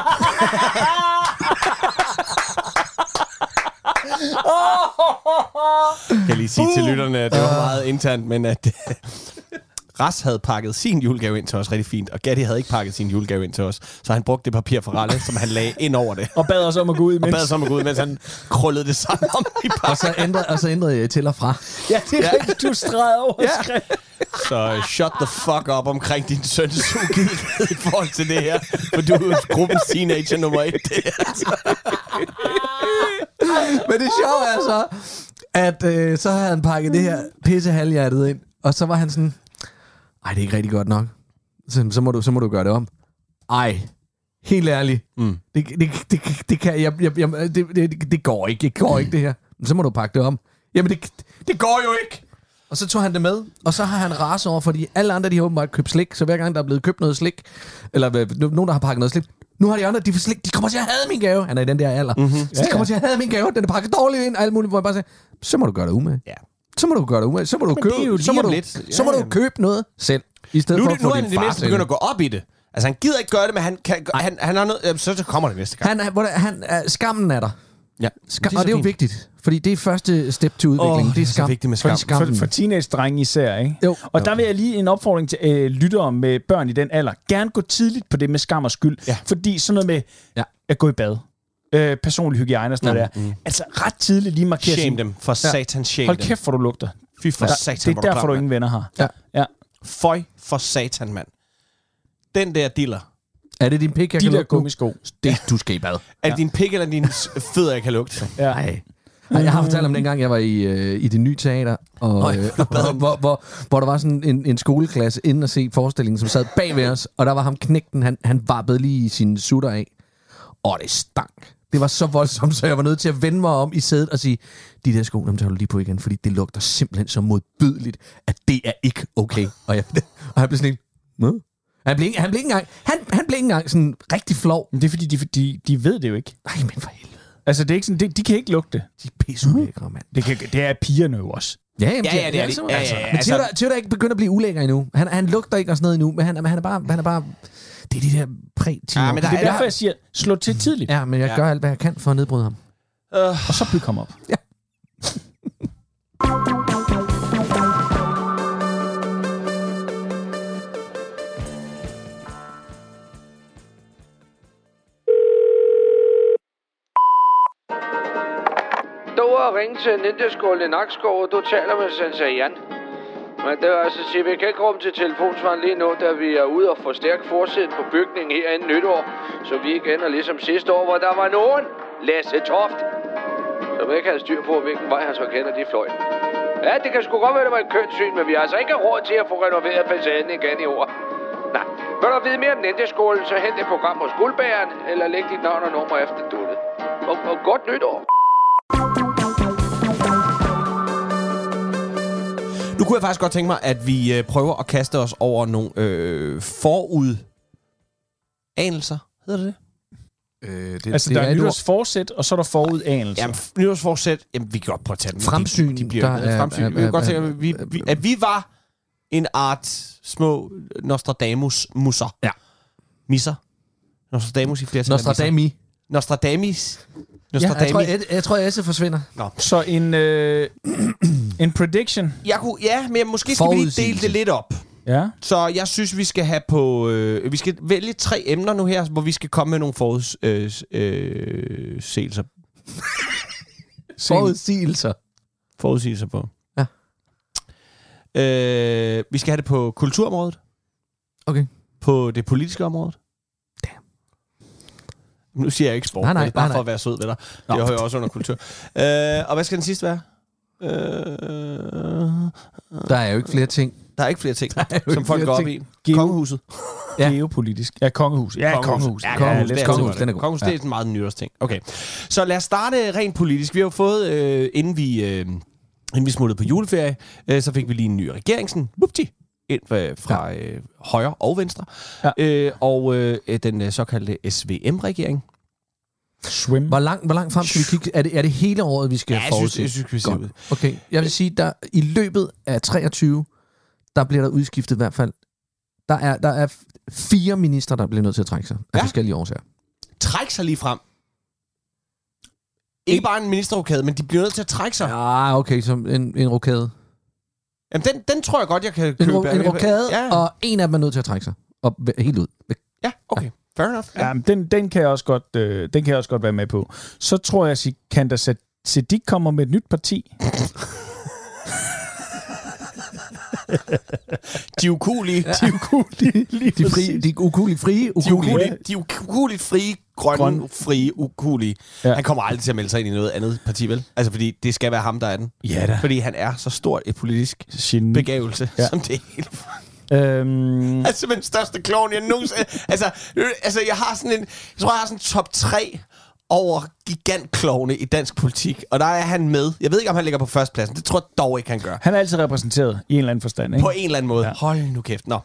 Speaker 3: Kan jeg lige sige uh! til lytterne, at det var meget internt, men at Ras havde pakket sin julegave ind til os rigtig fint, og Gatti havde ikke pakket sin julegave ind til os, så han brugte det papir fra Ralle, som han lagde ind over det.
Speaker 4: Og bad os om at gå ud
Speaker 3: Og
Speaker 4: imens.
Speaker 3: bad os om at gå ud, mens han krøllede det sammen om i
Speaker 5: Og så ændrede, og så ændrede jeg til og fra.
Speaker 4: Ja, det er rigtigt, du stregede over.
Speaker 3: Ja. Så øh, shut the fuck up omkring din søns ugidighed i forhold til det her. For du er jo gruppens teenager nummer et. Det er
Speaker 5: Men det sjove er så, at øh, så havde han pakket det her pisse halvhjertet ind, og så var han sådan, ej, det er ikke rigtig godt nok. Så, så, må, du, så må du gøre det om. Ej, helt ærligt, mm. det, det, det, det, kan, jeg, jeg, jeg, det, det, det går ikke, det går ikke det her. Men så må du pakke det om. Jamen, det, det går jo ikke. Og så tog han det med, og så har han ras over, fordi alle andre, de har åbenbart købt slik, så hver gang der er blevet købt noget slik, eller øh, nu- nogen, der har pakket noget slik, nu har de andre, de får slik, de kommer til at have min gave. Han er i den der alder.
Speaker 3: Mhm.
Speaker 5: Mm-hmm. Så de kommer til at have min gave, den er pakket dårligt ind, og alt muligt, hvor jeg bare siger, så må du gøre det umage.
Speaker 3: Ja.
Speaker 5: Så må du gøre det umage, så må du
Speaker 3: Men
Speaker 5: købe,
Speaker 3: det er jo
Speaker 5: så,
Speaker 3: lige
Speaker 5: må
Speaker 3: om
Speaker 5: du,
Speaker 3: lidt. Ja,
Speaker 5: så må du
Speaker 3: jamen.
Speaker 5: købe noget selv, i stedet
Speaker 3: nu,
Speaker 5: for
Speaker 3: er
Speaker 5: at
Speaker 3: det, nu er
Speaker 5: få din
Speaker 3: han det
Speaker 5: far
Speaker 3: mindste
Speaker 5: til
Speaker 3: begyndt at gå op i det. Altså, han gider ikke gøre det, men han, kan, han, han har noget, jamen, så så kommer det næste gang.
Speaker 5: Han er, hvor- han er, skammen er der.
Speaker 3: Ja.
Speaker 5: Skam, det er og det er jo vigtigt, fordi det er første step til
Speaker 3: Åh,
Speaker 5: udviklingen. Oh, det er
Speaker 3: så
Speaker 5: skam.
Speaker 3: vigtigt med
Speaker 5: Fordi
Speaker 3: skam.
Speaker 5: skammen.
Speaker 4: For, for teenage-drenge især, ikke?
Speaker 5: Jo.
Speaker 4: Og der vil jeg lige en opfordring til øh, lyttere med børn i den alder. Gerne gå tidligt på det med skam og skyld. Ja. Fordi sådan noget med
Speaker 5: Ja.
Speaker 4: ja. at gå i bad, øh, personlig hygiejne og sådan noget der. Altså ret tidligt lige markere
Speaker 3: Shame
Speaker 4: sådan,
Speaker 3: dem. For satan, shame
Speaker 4: Hold
Speaker 3: dem.
Speaker 4: kæft, hvor du lugter.
Speaker 3: Fy for
Speaker 4: Der,
Speaker 3: satan,
Speaker 4: det er
Speaker 3: hvor
Speaker 4: derfor, du
Speaker 3: klam,
Speaker 4: ingen venner har.
Speaker 5: Ja.
Speaker 4: ja.
Speaker 3: mand. Føj for satan, mand. Den der diller.
Speaker 5: Er det din pik, jeg
Speaker 4: De
Speaker 5: kan
Speaker 4: der
Speaker 5: lukke nu?
Speaker 4: gummisko.
Speaker 5: Det, du skal i bad.
Speaker 3: Er det din pik eller din s- fødder, jeg kan lugte?
Speaker 4: Ja.
Speaker 5: Ej. Ej, jeg har fortalt om dengang, jeg var i, øh, i det nye teater, og, øh, hvor, hvor, hvor, hvor der var sådan en, en skoleklasse inden at se forestillingen, som sad bag ved os, og der var ham knægten, han, han vappede lige sin sutter af. Og det stank. Det var så voldsomt, så jeg var nødt til at vende mig om i sædet og sige, de der sko, dem tager du lige på igen, fordi det lugter simpelthen så modbydeligt, at det er ikke okay. Og jeg, og jeg blev sådan helt, "Nå?" han blev, ikke- han blev ikke engang, han, han blev ikke engang sådan rigtig flov.
Speaker 4: Men det er fordi, de, de, de ved det jo ikke.
Speaker 5: Nej, men for helvede,
Speaker 4: Altså, det er ikke sådan, de, de kan ikke lugte det.
Speaker 5: de er pisseulækre, mand.
Speaker 4: Det, kan, det er pigerne jo også.
Speaker 5: Ja, jamen,
Speaker 3: Ja, ja, det er de.
Speaker 5: så-
Speaker 3: Ja, ja,
Speaker 5: altså,
Speaker 3: ja,
Speaker 5: Men
Speaker 3: altså-
Speaker 5: Theodor, Theodor er ikke begyndt at blive ulækker endnu. Han, han lugter ikke og sådan noget endnu, men han, men han, er, bare, han er bare... Det er de der præ
Speaker 3: Ja, men der
Speaker 4: Det er
Speaker 3: er-
Speaker 4: derfor, jeg siger, slå til tidligt,
Speaker 5: Ja, men jeg ja.
Speaker 3: Ja.
Speaker 5: gør alt, hvad jeg kan for at nedbryde ham.
Speaker 4: og så byg ham op.
Speaker 6: Dora ringe til Ninjaskål i Nakskov, og du taler med Sensei Jan. Men det er altså at sige, vi kan ikke rumme til telefonsvaren lige nu, da vi er ude og få stærk forsæt på bygningen her inden nytår. Så vi ikke ender ligesom sidste år, hvor der var
Speaker 5: Øh,
Speaker 6: nogen, Lasse Toft, som ikke havde styr på, hvilken vej han så kender de fløj. Ja, det kan sgu godt være, det var et kønt syn, men vi har altså ikke råd til at få renoveret facaden igen i år. Nej, vil du vide mere om Ninjaskolen, så hent et program hos Guldbæren, eller læg dit navn og nummer efter duttet. Og, og godt nytår!
Speaker 3: Nu kunne jeg faktisk godt tænke mig, at vi øh, prøver at kaste os over nogle øh, forud... Anelser, hedder det det?
Speaker 5: Øh, det,
Speaker 4: Altså,
Speaker 5: det
Speaker 4: der er
Speaker 5: et ord.
Speaker 4: nytårsforsæt, og så er der forudanelse.
Speaker 3: Jamen, f- nytårsforsæt, jamen, vi kan godt prøve at tage dem.
Speaker 5: Altså. Fremsyn,
Speaker 3: De, de bliver
Speaker 5: der
Speaker 3: der,
Speaker 5: er-
Speaker 3: fremsyn.
Speaker 5: er-
Speaker 3: vi kan godt
Speaker 5: er-
Speaker 3: tænke, at vi, vi, at vi var en art små Nostradamus-musser.
Speaker 5: Ja.
Speaker 3: Misser. Nostradamus i flertal. er misser.
Speaker 5: Nostradami.
Speaker 3: Nostradamis.
Speaker 5: Ja, jeg, tror,
Speaker 3: Nostradamus.
Speaker 5: jeg, jeg tror, Esse forsvinder.
Speaker 4: Så en, øh, en prediction.
Speaker 3: jeg kunne, ja, men måske skal vi lige dele
Speaker 5: Forudsigelse.
Speaker 3: det lidt op.
Speaker 4: Ja.
Speaker 3: Så jeg synes, vi skal have på... Øh, vi skal vælge tre emner nu her, hvor vi skal komme med nogle forudsigelser. Øh, seelser-
Speaker 5: Forudsigelser.
Speaker 3: forudsigelser på.
Speaker 5: Ja.
Speaker 3: Øh, vi skal have det på kulturområdet.
Speaker 5: Okay.
Speaker 3: På det politiske område.
Speaker 5: Damn.
Speaker 3: Nu siger jeg ikke sport.
Speaker 5: Nej, nej,
Speaker 3: det er bare
Speaker 5: nej, nej.
Speaker 3: for at være sød ved dig. Nå. Det hører også under kultur. øh, og hvad skal den sidste være? Øh,
Speaker 5: Der er jo ikke flere ting.
Speaker 3: der er ikke flere ting,
Speaker 5: jo
Speaker 3: som
Speaker 5: ikke
Speaker 3: folk
Speaker 5: flere
Speaker 3: går op i.
Speaker 5: ting.
Speaker 3: Kongehuset.
Speaker 5: Ja.
Speaker 4: ja. Geopolitisk. Ja, kongehus. Ja, kongehus.
Speaker 3: Ja, kongehus.
Speaker 5: kongehus, det
Speaker 3: Det
Speaker 5: er
Speaker 3: er,
Speaker 5: kongehus,
Speaker 3: kongehus,
Speaker 5: den er god.
Speaker 3: kongehus, det er sådan meget en nytårsting. Okay. Så lad os starte rent politisk. Vi har jo fået, øh, inden vi... Øh, Inden vi smuttede på juleferie, øh, så fik vi lige en ny regering. Sådan, whoopty, ind øh, fra ja. øh, højre og venstre, ja. øh, og øh, den øh, såkaldte SVM-regering.
Speaker 4: Swim.
Speaker 5: Hvor langt, hvor langt frem skal vi kigge? Er det, er det hele året, vi skal
Speaker 3: Ja, jeg synes-
Speaker 5: forudse?
Speaker 3: jeg synes, vi ser
Speaker 5: Godt.
Speaker 3: ud.
Speaker 5: Okay, jeg vil sige, der i løbet af 23, der bliver der udskiftet i hvert fald. Der er, der er f- fire minister, der bliver nødt til at trække sig af
Speaker 3: Ja.
Speaker 5: forskellige årsager.
Speaker 3: Træk sig lige frem. Ikke bare en ministerrokade, men de bliver nødt til at trække sig. Ja.
Speaker 5: Ja, Ah, okay, som en, en rokade.
Speaker 3: Jamen, den, den tror jeg godt, jeg kan
Speaker 5: En,
Speaker 3: købe.
Speaker 5: ro- en rokade,
Speaker 3: ja.
Speaker 5: og en af dem er nødt til at trække sig. Og væ- helt ud.
Speaker 3: ja, okay. Fair enough. Ja.
Speaker 4: Ja, men den, den, kan jeg også godt, øh, den kan jeg også godt være med på. Så tror jeg, at Sikander Siddiq kommer med et nyt parti.
Speaker 3: De er ukulige.
Speaker 4: De er jo cool, lige, lige
Speaker 5: De, frie, de ukulige frie,
Speaker 3: De er
Speaker 5: ukulige.
Speaker 3: ukulige, de er ukuligt frie, grønne,
Speaker 4: Grøn.
Speaker 3: Grøn. frie, ukulige.
Speaker 4: Ja.
Speaker 3: Ja. Han kommer aldrig til at melde sig ind i noget andet parti, vel? Altså, fordi det skal være ham, der er den.
Speaker 4: Ja da.
Speaker 3: Fordi han er så stort et politisk
Speaker 4: Geni.
Speaker 3: begævelse,
Speaker 4: Ja.
Speaker 3: ja. som det hele.
Speaker 4: Øhm,
Speaker 3: Han er simpelthen den største klovn, jeg nogensinde... altså, øh, altså, jeg har sådan en... Jeg tror, jeg har sådan en top 3 over gigantklovne i dansk politik. Og der er han med. Jeg ved ikke, om han ligger på førstepladsen. Det tror jeg dog ikke, han gør.
Speaker 4: han er altid repræsenteret i en eller anden forstand, ikke?
Speaker 3: På en eller anden måde.
Speaker 4: Ja.
Speaker 3: Ja. Hold nu kæft. Nå.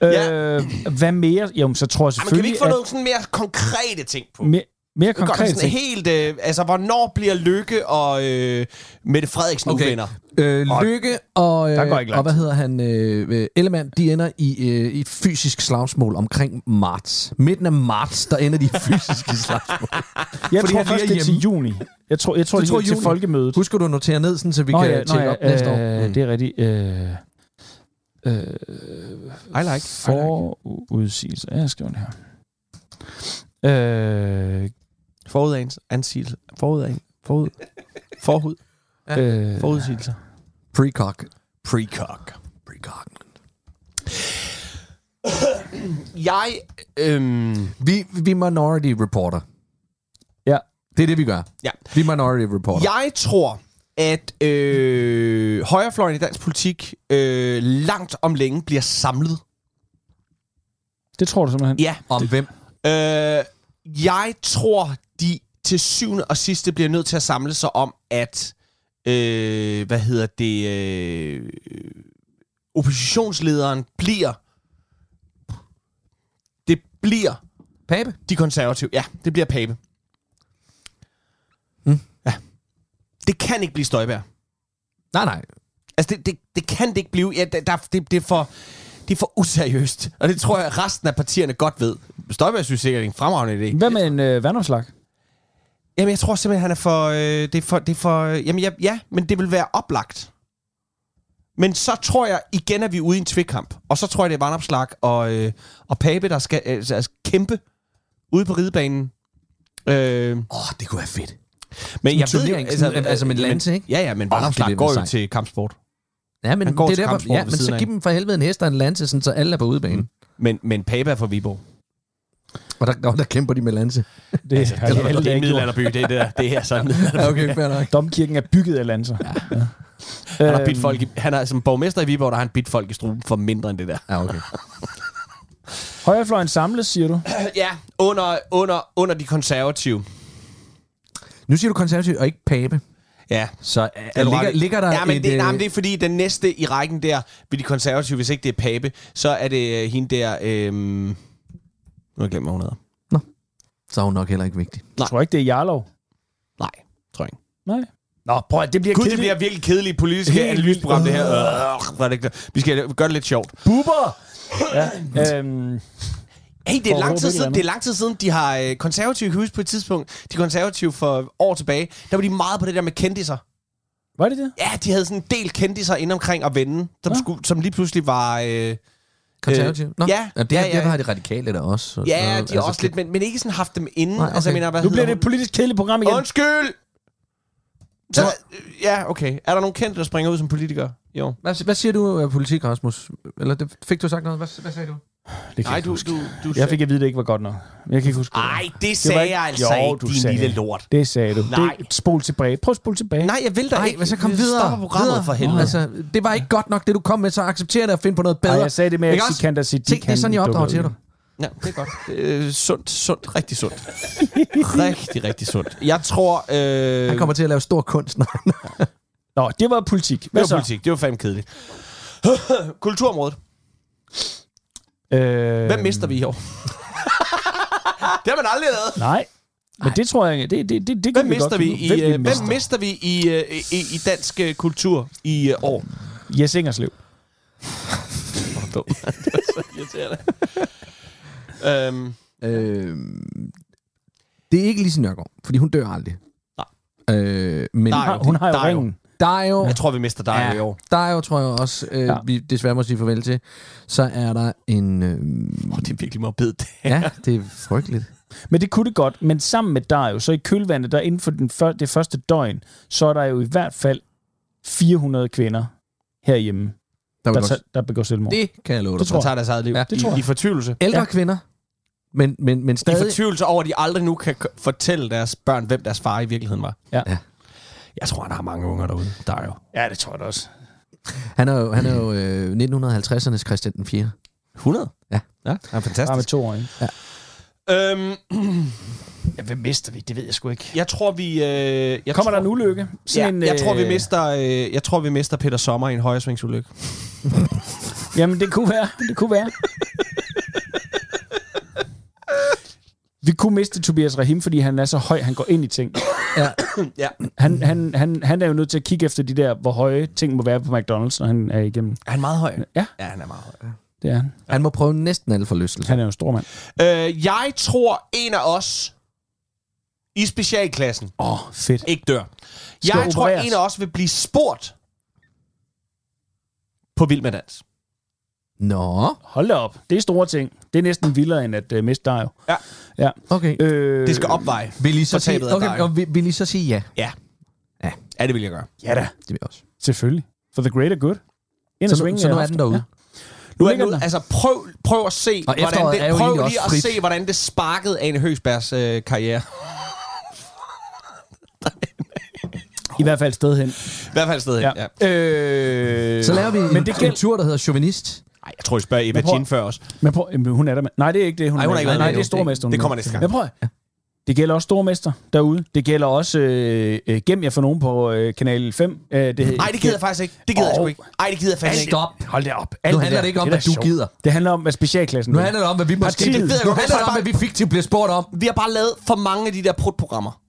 Speaker 4: øh,
Speaker 3: ja.
Speaker 4: Hvad mere? Jo, men så tror
Speaker 3: Jamen,
Speaker 4: jeg
Speaker 3: kan vi
Speaker 4: selvfølgelig,
Speaker 3: ikke få nogle sådan mere konkrete ting på?
Speaker 4: at mere, mere
Speaker 3: Det går da
Speaker 4: konkret
Speaker 3: sådan
Speaker 4: ting.
Speaker 3: helt... Øh, altså, hvornår bliver Lykke og øh, Mette Frederiksen okay. uvenner?
Speaker 5: Øh, Lykke og,
Speaker 4: Der går ikke
Speaker 5: øh,
Speaker 4: lang
Speaker 5: og hvad hedder han, øh, Ellemann, de ender i øh, i et fysisk slagsmål omkring marts. Midten af marts, der ender de i fysiske slagsmål.
Speaker 4: Jeg
Speaker 5: fordi
Speaker 4: tror
Speaker 5: han lige
Speaker 4: først,
Speaker 5: er
Speaker 4: det er til juni. Jeg tror, jeg tror,
Speaker 5: Du
Speaker 4: det
Speaker 5: tror
Speaker 4: er til
Speaker 5: juni?
Speaker 4: folkemødet.
Speaker 5: Husker du at notere ned, sådan, så vi
Speaker 4: Nå
Speaker 5: kan
Speaker 4: ja, nå
Speaker 5: tjekke
Speaker 4: ja,
Speaker 5: op næste år?
Speaker 4: øh, Det er rigtigt. Øh,
Speaker 3: I like.
Speaker 4: forudsigelse. Ja, jeg skriver den her. Øh,
Speaker 3: Forudagens ansigelse. Forudagen. Forud. Forud.
Speaker 4: øh,
Speaker 3: Forudsigelser.
Speaker 5: Precock.
Speaker 3: Precock.
Speaker 5: Precock.
Speaker 3: Jeg... Øhm,
Speaker 5: Vi, vi er minority reporter.
Speaker 4: Ja.
Speaker 5: Det er det, vi gør.
Speaker 3: Ja.
Speaker 5: Vi er minority reporter.
Speaker 3: jeg tror, at øh, højrefløjen i dansk politik øh, langt om længe bliver samlet.
Speaker 4: det tror du simpelthen.
Speaker 3: Ja.
Speaker 5: Om hvem?
Speaker 3: Øh, jeg tror, de til syvende og sidste bliver nødt til at samle sig om, at... Øh, hvad hedder det? Øh, oppositionslederen bliver... Det bliver
Speaker 5: Pape?
Speaker 3: De konservative. Ja, det bliver Pape. Mm.
Speaker 5: Mm.
Speaker 3: Ja. Det kan ikke blive Støjbær.
Speaker 5: Nej, nej.
Speaker 3: Altså, det, det, det kan det ikke blive. Ja, der, der, det, det, er for, det er for useriøst. Og det tror jeg, resten af partierne godt ved. Støjbær synes sikkert, det er en fremragende idé.
Speaker 4: Hvad med en øh, vandopslag?
Speaker 3: Jamen, jeg tror simpelthen, han er for... Øh, det er for, det er for øh, jamen, ja, ja, men det vil være oplagt. Men så tror jeg, igen er vi ude i en tvikkamp. Og så tror jeg, det er Vandopslag og, øh, og Pape, der skal øh, altså, kæmpe ude på ridebanen. Øh,
Speaker 5: Åh, oh, det kunne være fedt.
Speaker 3: Men jeg ved jo,
Speaker 5: turnering, sådan, altså med lanse,
Speaker 3: men,
Speaker 5: ikke?
Speaker 3: Ja, ja, men
Speaker 5: Åh, det
Speaker 3: Vandopslag
Speaker 5: bliver
Speaker 3: går jo
Speaker 5: sejt.
Speaker 3: til kampsport.
Speaker 5: Ja, men,
Speaker 3: Han går
Speaker 5: det
Speaker 3: til
Speaker 5: er der, hvor,
Speaker 3: kampsport
Speaker 5: ja,
Speaker 3: ved
Speaker 5: men
Speaker 3: siden
Speaker 5: så
Speaker 3: af.
Speaker 5: giv dem for helvede en hest og en lance, sådan, så alle er på udebane. Mm.
Speaker 3: Men, men Pape er fra Viborg.
Speaker 5: Og der, og der kæmper de med lance.
Speaker 4: Det, altså, har de alle
Speaker 3: det er
Speaker 4: dage
Speaker 3: en
Speaker 4: gjort.
Speaker 3: middelalderby, det er det der. Det er sådan. Han
Speaker 5: Ja, okay, fair nok.
Speaker 4: Domkirken er bygget af lanser. Ja.
Speaker 3: har bidt folk
Speaker 5: Øhm.
Speaker 3: i, han er som borgmester i Viborg, der har han bidt folk i struben for mindre end det der.
Speaker 5: Ja, okay.
Speaker 4: Højrefløjen samles, siger du?
Speaker 3: Øh, Ja, under, under, under de konservative.
Speaker 5: Nu siger du konservativ og ikke pape.
Speaker 3: Ja.
Speaker 5: Så øh, ligger, ligger der
Speaker 3: ja, men
Speaker 5: et...
Speaker 3: det, nej,
Speaker 5: øh,
Speaker 3: men det er fordi, den næste i rækken der, ved de konservative, hvis ikke det er Pape, så er det øh, hende der... Øhm, nu har jeg glemt, hvad hun hedder.
Speaker 5: Så er hun nok heller ikke vigtig.
Speaker 4: Jeg tror ikke, det er Jarlov.
Speaker 3: Nej, tror jeg ikke.
Speaker 4: Nej. Nå, prøv at det bliver
Speaker 3: Gud, det
Speaker 4: kedeligt.
Speaker 3: bliver virkelig kedeligt politisk
Speaker 4: Helt
Speaker 3: analyseprogram, det her. Øh, hvor er det ikke- vi skal gøre det lidt sjovt.
Speaker 4: Buber! Ja, øhm,
Speaker 3: Hey, det
Speaker 4: For
Speaker 3: er,
Speaker 4: at
Speaker 3: lang
Speaker 4: råbe
Speaker 3: tid
Speaker 4: et eller
Speaker 3: siden,
Speaker 4: andet.
Speaker 3: det er lang tid siden, de har øh, konservative hus på et tidspunkt. De konservative for år tilbage, der var de meget på det der med kendiser.
Speaker 4: var det det?
Speaker 3: Ja, de havde sådan en del kendiser ind omkring at vende, som,
Speaker 4: Nå.
Speaker 3: skulle, som lige pludselig var... Øh,
Speaker 5: Konservativ? Nå,
Speaker 3: ja,
Speaker 5: det, ja,
Speaker 3: ja,
Speaker 5: ja.
Speaker 3: ja.
Speaker 5: Derfor har de radikale der også. så-
Speaker 3: ja, de
Speaker 5: så-
Speaker 3: er
Speaker 5: altså,
Speaker 3: også lidt, men, men ikke sådan haft dem inde.
Speaker 5: Nej, okay.
Speaker 3: Altså, jeg mener, hvad
Speaker 4: Nu
Speaker 3: hedder
Speaker 4: bliver det
Speaker 3: hun?
Speaker 4: et politisk kedeligt program igen.
Speaker 3: Undskyld! Så, øh, ja, okay. Er der nogen kendte, der springer ud som politikere? Jo.
Speaker 5: Hvad, hvad siger du af politik, Rasmus? Eller det, fik du sagt noget? Hvad, hvad sagde du?
Speaker 4: Det kan
Speaker 3: Nej,
Speaker 4: jeg
Speaker 3: du...
Speaker 4: huske.
Speaker 3: du, du
Speaker 4: Jeg fik at vide, det ikke var godt nok. Jeg kan ikke huske det.
Speaker 3: Ej, det
Speaker 4: Det var
Speaker 3: sagde
Speaker 4: ikke-
Speaker 3: jeg altså
Speaker 4: Jo,
Speaker 3: ikke,
Speaker 4: du
Speaker 3: din
Speaker 4: sagde
Speaker 3: lille
Speaker 4: det.
Speaker 3: lort.
Speaker 4: Det sagde du.
Speaker 3: Nej.
Speaker 4: Det, spol tilbage. Prøv at spole tilbage.
Speaker 3: Nej, jeg vil da
Speaker 5: Nej,
Speaker 3: ikke.
Speaker 5: men så kom
Speaker 3: Vi
Speaker 5: videre.
Speaker 3: Stopper programmet
Speaker 5: videre.
Speaker 3: for helvede.
Speaker 5: Altså, det var ikke godt nok, det du kom med, så accepter det og find på noget bedre.
Speaker 4: Ej,
Speaker 3: altså,
Speaker 4: jeg sagde det med, at
Speaker 5: Ikke også?
Speaker 4: Sikander Siddiq,
Speaker 5: Se, det er
Speaker 4: han
Speaker 5: sådan, jeg opdrager
Speaker 4: dukkede
Speaker 5: til
Speaker 4: op.
Speaker 5: dig.
Speaker 3: Ja, det er godt. Øh, sundt, sundt, rigtig sundt. rigtig, rigtig sundt. Jeg tror... Øh,
Speaker 5: Han kommer til at lave stor kunst. når-
Speaker 4: Nå, det var politik.
Speaker 3: det
Speaker 4: Hvad
Speaker 3: var
Speaker 4: så?
Speaker 3: politik. Det var fandme kedeligt. Kulturområdet.
Speaker 4: Øh,
Speaker 3: Hvad mister vi i år? det har man aldrig lavet.
Speaker 4: Nej. Men det tror jeg, det, det, det, det
Speaker 3: Hvad
Speaker 4: kan vi
Speaker 3: mister
Speaker 4: godt
Speaker 3: vi,
Speaker 4: finde ud af.
Speaker 3: i, øh, hvem mister vi i, øh, i, i dansk øh, kultur i øh, år?
Speaker 4: Jes Ingerslev.
Speaker 3: øhm,
Speaker 5: Øh, det er ikke Lise Nørgaard, fordi hun dør aldrig.
Speaker 3: Nej.
Speaker 5: Øh, men
Speaker 3: Nej.
Speaker 4: Hun har jo
Speaker 3: Der er jo-
Speaker 4: ringen.
Speaker 5: der er jo...
Speaker 3: jeg tror, vi mister dig ja. i år.
Speaker 5: Der er jo, tror jeg også, øh,
Speaker 4: Ja.
Speaker 5: ja. vi desværre må sige farvel til, så er der en... Øh,
Speaker 3: Oh, det er virkelig meget bedt.
Speaker 5: ja, det er frygteligt.
Speaker 4: Men det kunne det godt. Men sammen med Dario, så i kølvandet, der inden for den før, det første døgn, så er der jo i hvert fald 400 kvinder herhjemme,
Speaker 5: Der
Speaker 4: der,
Speaker 5: vil
Speaker 4: tager,
Speaker 5: godt,
Speaker 4: der begår selvmord. Det,
Speaker 5: det kan jeg love dig.
Speaker 4: Det tror
Speaker 5: for.
Speaker 3: tager deres eget liv.
Speaker 5: Ja,
Speaker 4: det tror jeg.
Speaker 3: I, I fortvivlelse.
Speaker 5: Ældre
Speaker 4: Ja.
Speaker 5: ja. kvinder, men, men, men
Speaker 3: I
Speaker 5: stadig...
Speaker 3: fortvivlelse over, at de aldrig nu kan k- fortælle deres børn, hvem deres far i virkeligheden var.
Speaker 4: Ja.
Speaker 5: Ja.
Speaker 3: Jeg tror, der er mange unger derude. Der er jo.
Speaker 4: ja, det tror jeg da også.
Speaker 5: Han er jo, han er jo øh, 1950'ernes Christian den 4.
Speaker 3: 100?
Speaker 5: Ja.
Speaker 3: Ja, det er
Speaker 4: Bare med
Speaker 3: fantastisk.
Speaker 4: to øjne.
Speaker 3: Øhm,
Speaker 4: Ja, hvem mister vi? Det ved jeg sgu ikke.
Speaker 3: jeg tror, vi... Øh, jeg
Speaker 4: Kommer
Speaker 3: tror,
Speaker 4: der en ulykke?
Speaker 3: Ja,
Speaker 4: en,
Speaker 3: jeg, tror, vi
Speaker 4: øh,
Speaker 3: mister, øh, jeg tror, vi mister Peter Sommer i en højresvingsulykke.
Speaker 4: Jamen, det kunne være. Det kunne være. Vi kunne miste Tobias Rahim, fordi han er så høj, han går ind i ting.
Speaker 5: Ja.
Speaker 3: Ja.
Speaker 4: Han, han, han, han er jo nødt til at kigge efter de der, hvor høje ting må være på McDonald's, når han er igennem.
Speaker 3: Er han meget høj?
Speaker 4: Ja,
Speaker 3: Ja, han er meget høj.
Speaker 4: det er han.
Speaker 5: Han må prøve næsten alle forlystelser.
Speaker 4: Han er jo en stor mand.
Speaker 3: Øh, jeg tror, en af os i specialklassen
Speaker 4: Åh, oh, fedt.
Speaker 3: ikke dør. Jeg tror,
Speaker 4: opereres.
Speaker 3: en af os vil blive spurgt på Vild med Dans.
Speaker 5: Nå,
Speaker 4: Hold da op. Det er store ting. Det er næsten vildere, end at uh, miste dig jo.
Speaker 3: Ja.
Speaker 4: ja.
Speaker 5: okay.
Speaker 4: Øh,
Speaker 3: Det skal opveje.
Speaker 5: vil I så
Speaker 3: fortabet
Speaker 5: sige,
Speaker 3: af
Speaker 5: okay,
Speaker 3: dig.
Speaker 5: og vil, vil I så sige ja?
Speaker 3: Ja, det vil jeg gøre.
Speaker 4: Ja da,
Speaker 5: Det vil jeg også.
Speaker 4: selvfølgelig. For the greater good. Ind og
Speaker 5: Så, nu-
Speaker 4: swinge
Speaker 5: så nu
Speaker 4: af
Speaker 5: er
Speaker 4: hoften.
Speaker 5: den derude.
Speaker 3: Nu er
Speaker 4: ligger
Speaker 3: nu,
Speaker 4: den der.
Speaker 3: altså, prøv, prøv at se,
Speaker 5: Og
Speaker 3: hvordan
Speaker 5: efteråret er
Speaker 3: det,
Speaker 5: jo
Speaker 3: prøv
Speaker 5: egentlig
Speaker 3: lige
Speaker 5: også
Speaker 3: at
Speaker 5: frit.
Speaker 3: se, hvordan det sparkede Ane Høgsbergs øh, karriere.
Speaker 4: Ja. I hvert fald et sted hen.
Speaker 3: I hvert fald stedet. Ja. Ja.
Speaker 4: Øh,
Speaker 5: Så laver vi
Speaker 4: men
Speaker 5: en
Speaker 4: det gæld-
Speaker 5: struktur, der hedder chauvinist.
Speaker 3: Ej, jeg tror, I spørger Eva
Speaker 4: Men prøv-
Speaker 3: Jean før også.
Speaker 4: Men prøv, jamen, hun er der med. Nej, det er ikke det, hun
Speaker 3: Nej, hun
Speaker 4: er
Speaker 3: har ikke
Speaker 4: med.
Speaker 3: været
Speaker 4: Nej,
Speaker 3: med
Speaker 4: det er
Speaker 3: endnu.
Speaker 4: stormesteren.
Speaker 3: Det
Speaker 4: hun
Speaker 3: kommer
Speaker 4: er.
Speaker 3: næste gang.
Speaker 4: Men prøv, at- det gælder også stormester derude. Det gælder også øh, øh, gem jer for nogen på øh, kanal 5. Øh, det,
Speaker 3: Nej, det gider jeg faktisk ikke. Det gider oh. jeg sgu ikke. Nej, det gider jeg fandme ikke.
Speaker 5: Stop.
Speaker 4: Hold da op.
Speaker 5: Nu
Speaker 4: det
Speaker 5: handler
Speaker 4: der,
Speaker 5: det ikke om,
Speaker 4: er
Speaker 5: hvad du
Speaker 4: sjovt.
Speaker 5: gider.
Speaker 4: Det handler om, hvad specialklassen
Speaker 5: Nu
Speaker 4: vil.
Speaker 5: handler det om, hvad vi måske...
Speaker 4: Partiet.
Speaker 5: Nu
Speaker 4: Det ved jeg
Speaker 3: godt.
Speaker 5: handler det om, hvad vi fiktivt bliver spurgt om.
Speaker 3: Vi har bare lavet for mange af de der prutprogrammer.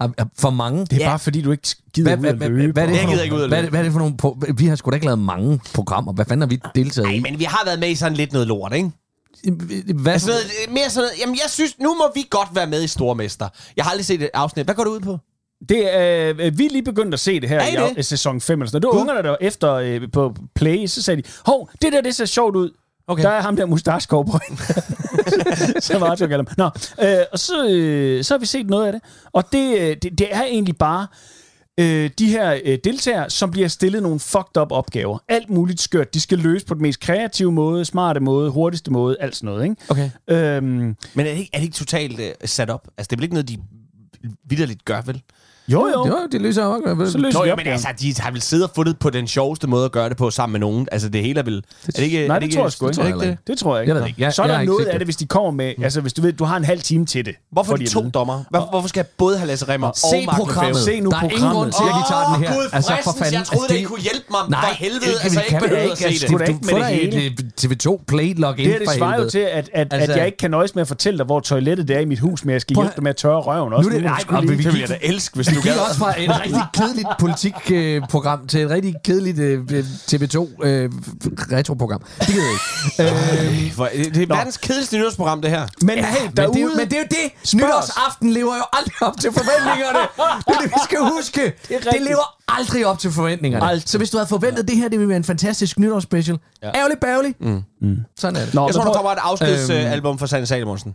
Speaker 5: Har- har- For mange.
Speaker 4: Det er bare fordi, du ikke gider
Speaker 5: Hvad,
Speaker 4: ud
Speaker 5: hvad,
Speaker 4: at
Speaker 5: hvad,
Speaker 4: løbe.
Speaker 5: hvad, hvad, er det
Speaker 3: Jeg
Speaker 5: for
Speaker 3: gider ikke ud
Speaker 5: nogle,
Speaker 3: at
Speaker 5: hvad, er
Speaker 3: løbe.
Speaker 5: det- hvad er det for nogle... pro- Vi har sgu da ikke lavet mange programmer. Hvad fanden har vi deltaget
Speaker 3: Nej,
Speaker 5: i?
Speaker 3: men vi har været med i sådan lidt noget lort, ikke?
Speaker 5: Hvad,
Speaker 3: Sådan noget, øh, mere sådan noget. Jamen, jeg synes, nu må vi godt være med i Stormester. Jeg har aldrig set et afsnit. Hvad går det ud på?
Speaker 4: Det er, øh, vi er lige begyndt at se det her
Speaker 3: Er I
Speaker 4: i
Speaker 3: det?
Speaker 4: af- sæson 5 eller sådan noget. Det var ungerne, der var efter øh, på play, så sagde de, hov, det der, det ser sjovt ud. Okay. Der er ham der mustache cowboy. så var det jo galt. Nå, øh, og så, øh, så har vi set noget af det. Og det, øh, det, det er egentlig bare øh, de her øh, deltagere, som bliver stillet nogle fucked up opgaver. Alt muligt skørt. De skal løse på den mest kreative måde, smarte måde, hurtigste måde, alt sådan noget. Ikke?
Speaker 5: Okay.
Speaker 4: Øhm,
Speaker 3: Men er det ikke, er det ikke totalt uh, sat op? Altså, det er vel ikke noget, de vidderligt gør, vel?
Speaker 4: jo, jo.
Speaker 5: Jo, det løser jeg også.
Speaker 4: Så løser
Speaker 3: Nå,
Speaker 4: de
Speaker 3: jo, men
Speaker 4: opgaven.
Speaker 3: altså, de har vel siddet og fundet på den sjoveste måde at gøre det på sammen med nogen. Altså, det hele er vel... er det ikke,
Speaker 4: Nej,
Speaker 3: er
Speaker 4: det
Speaker 3: ikke,
Speaker 4: tror jeg sgu ikke.
Speaker 3: Er det ikke det?
Speaker 4: Det tror jeg ikke.
Speaker 5: Jeg ved det ikke. Jeg-
Speaker 4: så er
Speaker 5: jeg
Speaker 4: der
Speaker 5: har ikke Mm.
Speaker 4: noget
Speaker 5: set
Speaker 4: af
Speaker 5: det.
Speaker 4: det, hvis de kommer med... Altså, hvis du ved, du har en halv time til det.
Speaker 3: Hvorfor
Speaker 4: får
Speaker 3: er
Speaker 4: de
Speaker 3: de
Speaker 4: at
Speaker 3: to
Speaker 4: vide.
Speaker 3: dommer? Hvor, hvorfor skal både have Lasse Remmer
Speaker 5: Se
Speaker 3: og Mark
Speaker 5: programmet.
Speaker 4: Se nu
Speaker 5: der er ingen grund til, at de tager den her.
Speaker 3: Gud, altså, for fanden, jeg troede, altså, det, I kunne hjælpe mig. Nej, for helvede, altså, jeg ikke behøvede at se det.
Speaker 4: sgu da ikke
Speaker 5: Du får
Speaker 4: med
Speaker 5: da
Speaker 4: det hele.
Speaker 5: et øh, TV2 Play login
Speaker 4: Det her, det
Speaker 5: for
Speaker 4: svarer jo
Speaker 5: helvede.
Speaker 4: til, at, at, altså,
Speaker 5: Altså-
Speaker 4: at jeg ikke kan nøjes med at fortælle dig, hvor toilettet er i mit hus, men jeg skal
Speaker 5: Prøv at-
Speaker 4: hjælpe dig med at tørre røven også.
Speaker 5: Nu er det-
Speaker 4: må du
Speaker 5: nej,
Speaker 4: sgu
Speaker 5: og
Speaker 4: lige-
Speaker 5: vi- vi-
Speaker 3: Det ville jeg da elske, hvis du
Speaker 5: Vi
Speaker 3: gad.
Speaker 5: gik også fra et rigtig kedeligt politikprogram til et rigtig kedeligt øh, TV2 øh, retroprogram. Det gider jeg ikke.
Speaker 3: Ej, hvor- øh, Det det er verdens kedeligste nyhedsprogram, det her.
Speaker 4: Men hey,
Speaker 5: Men
Speaker 4: derude...
Speaker 5: det, er jo, men det er jo det. Nytårsaften lever jo aldrig op til forventningerne. Det er det, vi skal huske. Det, det
Speaker 4: rigtigt.
Speaker 5: lever aldrig op til forventningerne. Så hvis du havde forventet, det her det ville være en fantastisk nytårsspecial. Ja. Ærgerligt bærgerligt. Mm. Sådan er det.
Speaker 4: Nå,
Speaker 3: Jeg tror,
Speaker 4: men
Speaker 3: der
Speaker 4: prøv,
Speaker 3: kommer et øh, afskedsalbum fra Sande Salomonsen.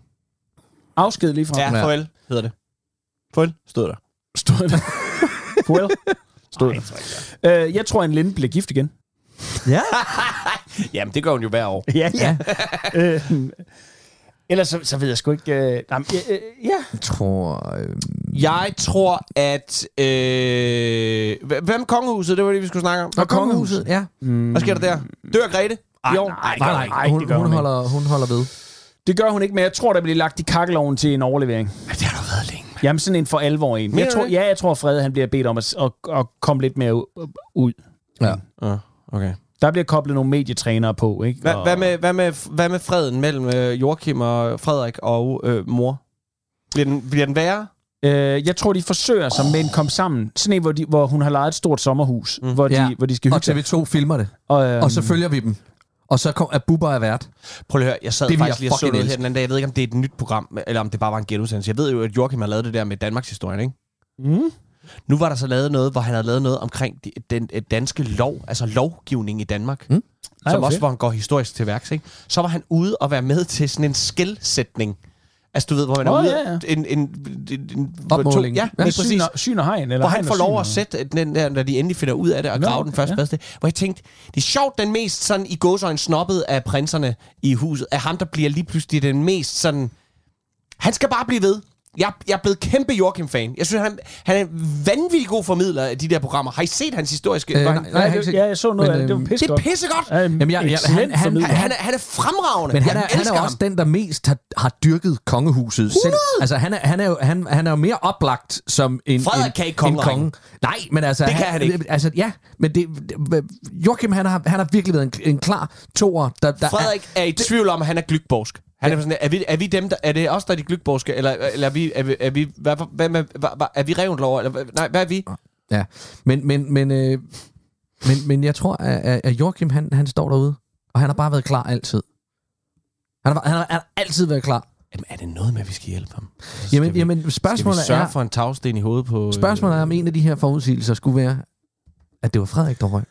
Speaker 4: afsked lige fra.
Speaker 3: Ja,
Speaker 5: Ja.
Speaker 3: farvel, hedder det. Farvel, stod der.
Speaker 4: Stod det. Well. Stod det. Øh, jeg tror, en Linde bliver gift igen.
Speaker 3: Jamen, det gør hun jo hver år.
Speaker 4: Ja, ja. øh, ellers så, så ved jeg sgu ikke... Øh, nej, men, øh, øh, ja.
Speaker 5: Jeg tror... Øh,
Speaker 3: Jeg tror, at... Øh, hv- hvem er kongehuset? Det var det, vi skulle snakke om.
Speaker 5: og kongehuset, ja.
Speaker 3: Hvad sker der der? Dør Grete?
Speaker 4: Ej,
Speaker 3: Jo.
Speaker 4: nej,
Speaker 5: Nej,
Speaker 4: nej,
Speaker 5: nej,
Speaker 4: nej, det
Speaker 5: hun,
Speaker 4: gør
Speaker 5: hun,
Speaker 4: hun ikke.
Speaker 5: holder, hun holder ved.
Speaker 4: Det gør hun ikke, men jeg tror, der bliver lagt i kakkeloven til en overlevering.
Speaker 3: Men det har du været længe.
Speaker 4: Jamen sådan en for alvor en. Men jeg
Speaker 3: Mener du
Speaker 4: tror,
Speaker 3: det?
Speaker 4: ja, jeg tror, Frede han bliver bedt om at, at, at komme lidt mere u- ud.
Speaker 5: Ja.
Speaker 3: Okay.
Speaker 4: Der Der bliver koblet nogle medietrænere på, ikke?
Speaker 3: Hva,
Speaker 4: Og-
Speaker 3: hvad, med, hvad, med, hvad med freden mellem øh, Joachim og Frederik og øh, mor? Bliver den, bliver den værre?
Speaker 4: Øh, jeg tror, de forsøger sig med en kom sammen. Sådan en, hvor, de, hvor hun har lejet et stort sommerhus, mm. hvor, de,
Speaker 5: Ja.
Speaker 4: ja. hvor de skal
Speaker 5: Og
Speaker 4: hygge sig.
Speaker 5: TV2 filmer det.
Speaker 4: Og, øhm,
Speaker 5: Og så følger vi dem. Og så kom, er Bubber er vært.
Speaker 3: Prøv lige at høre, jeg sad
Speaker 5: Det
Speaker 3: det
Speaker 5: vil
Speaker 3: faktisk
Speaker 5: jeg
Speaker 3: lige og så
Speaker 5: fucking
Speaker 3: noget her
Speaker 5: elske.
Speaker 3: den anden dag. Jeg ved ikke, om det er et nyt program, eller om det bare var en genudsendelse. Jeg ved jo, at Joachim har lavet det der med Danmarks historie, ikke?
Speaker 4: Mm.
Speaker 3: Nu var der så lavet noget, hvor han havde lavet noget omkring de, den øh, danske lov, altså lovgivning i Danmark. Mm. Som
Speaker 4: Ej, hvor
Speaker 3: også,
Speaker 4: fedt.
Speaker 3: hvor han går historisk til værks, ikke? Så var han ude og være med til sådan en skilsætning. Altså, du ved, hvor man er
Speaker 4: Åh,
Speaker 3: ude...
Speaker 4: ja, ja.
Speaker 3: En, en, en, en,
Speaker 5: Opmåling.
Speaker 3: To, ja,
Speaker 5: Ja,
Speaker 3: ja,
Speaker 4: Med
Speaker 3: lige præcis.
Speaker 4: syn og, syn og hegn, eller
Speaker 3: Hvor han
Speaker 4: hegn
Speaker 3: får
Speaker 4: og syn
Speaker 3: lov
Speaker 4: og-
Speaker 3: at sætte den der, når de endelig finder ud af det, og
Speaker 4: Nå,
Speaker 3: grave den første ja.
Speaker 4: ja.
Speaker 3: bedste. Hvor jeg tænkte, det er sjovt, den mest sådan i gåsøjne snobbede af prinserne i huset, er ham, der bliver lige pludselig den mest sådan... Han skal bare blive ved. Jeg, jeg er blevet kæmpe Joachim-fan. Jeg synes, han, han er en vanvittig god formidler af de der programmer. Har I set hans historiske...
Speaker 5: Øh,
Speaker 3: Øh,
Speaker 5: nej,
Speaker 3: han,
Speaker 5: nej,
Speaker 4: Nej,
Speaker 5: jeg har
Speaker 4: det,
Speaker 5: ikke
Speaker 4: ja,
Speaker 5: set-
Speaker 4: jeg så noget
Speaker 5: Men,
Speaker 4: af det. Det var
Speaker 5: øhm,
Speaker 3: øh, det er
Speaker 4: pissegodt. Øh,
Speaker 3: pissegodt.
Speaker 4: Ja, en
Speaker 5: Jamen, jeg- jeg-
Speaker 4: excellent
Speaker 5: han- han-
Speaker 4: formidler.
Speaker 3: Han er, han er fremragende.
Speaker 5: Men han
Speaker 3: jeg
Speaker 5: er, han er jo
Speaker 3: elsker
Speaker 5: også den, der mest har, har dyrket kongehuset 100? selv. Altså, han er, han, er jo, han, han er jo mere oplagt som en,
Speaker 3: Frederik
Speaker 5: en,
Speaker 3: kan ikke kongerækken.
Speaker 5: Nej, men altså...
Speaker 3: Det kan han ikke.
Speaker 5: Altså, ja, men det, det- Joachim, han har, han har virkelig været en, en klar toer, der, der
Speaker 3: Frederik er i tvivl om, at han er glykborgsk. Han er, sådan, er, vi, er vi dem, der, er det os, der er de glykborgske, eller, eller er vi, er vi, er vi, hvad, hvad, hvad, hvad, hvad, er vi revendlov, eller hvad- nej, hvad er vi?
Speaker 5: Er, ja, men, men, men, øh, men, men jeg tror, at, at- at Joachim, han, han står derude, og han har bare været klar altid. Han har, bare- han har, han har altid været klar.
Speaker 3: Jamen, er det noget med, at vi skal hjælpe ham? Altså,
Speaker 5: Jamen,
Speaker 3: skal vi,
Speaker 5: jamen spørgsmålet
Speaker 3: skal vi sørge
Speaker 5: er,
Speaker 3: for en tagsten i hovedet på... øh,
Speaker 5: spørgsmålet er, om en af de her forudsigelser skulle være, at det var Frederik, der røg.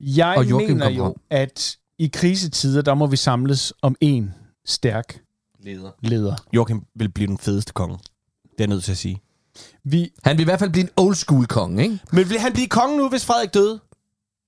Speaker 4: Jeg
Speaker 5: Og Joachim
Speaker 4: mener
Speaker 5: kom
Speaker 4: jo,
Speaker 5: frem.
Speaker 4: at i krisetider, der må vi samles om en stærk leder. leder.
Speaker 3: Joachim vil blive den fedeste konge. Det er jeg nødt til at sige.
Speaker 4: Vi,
Speaker 5: Han vil i hvert fald blive en old school konge, ikke?
Speaker 3: Men vil han blive konge nu, hvis Frederik døde?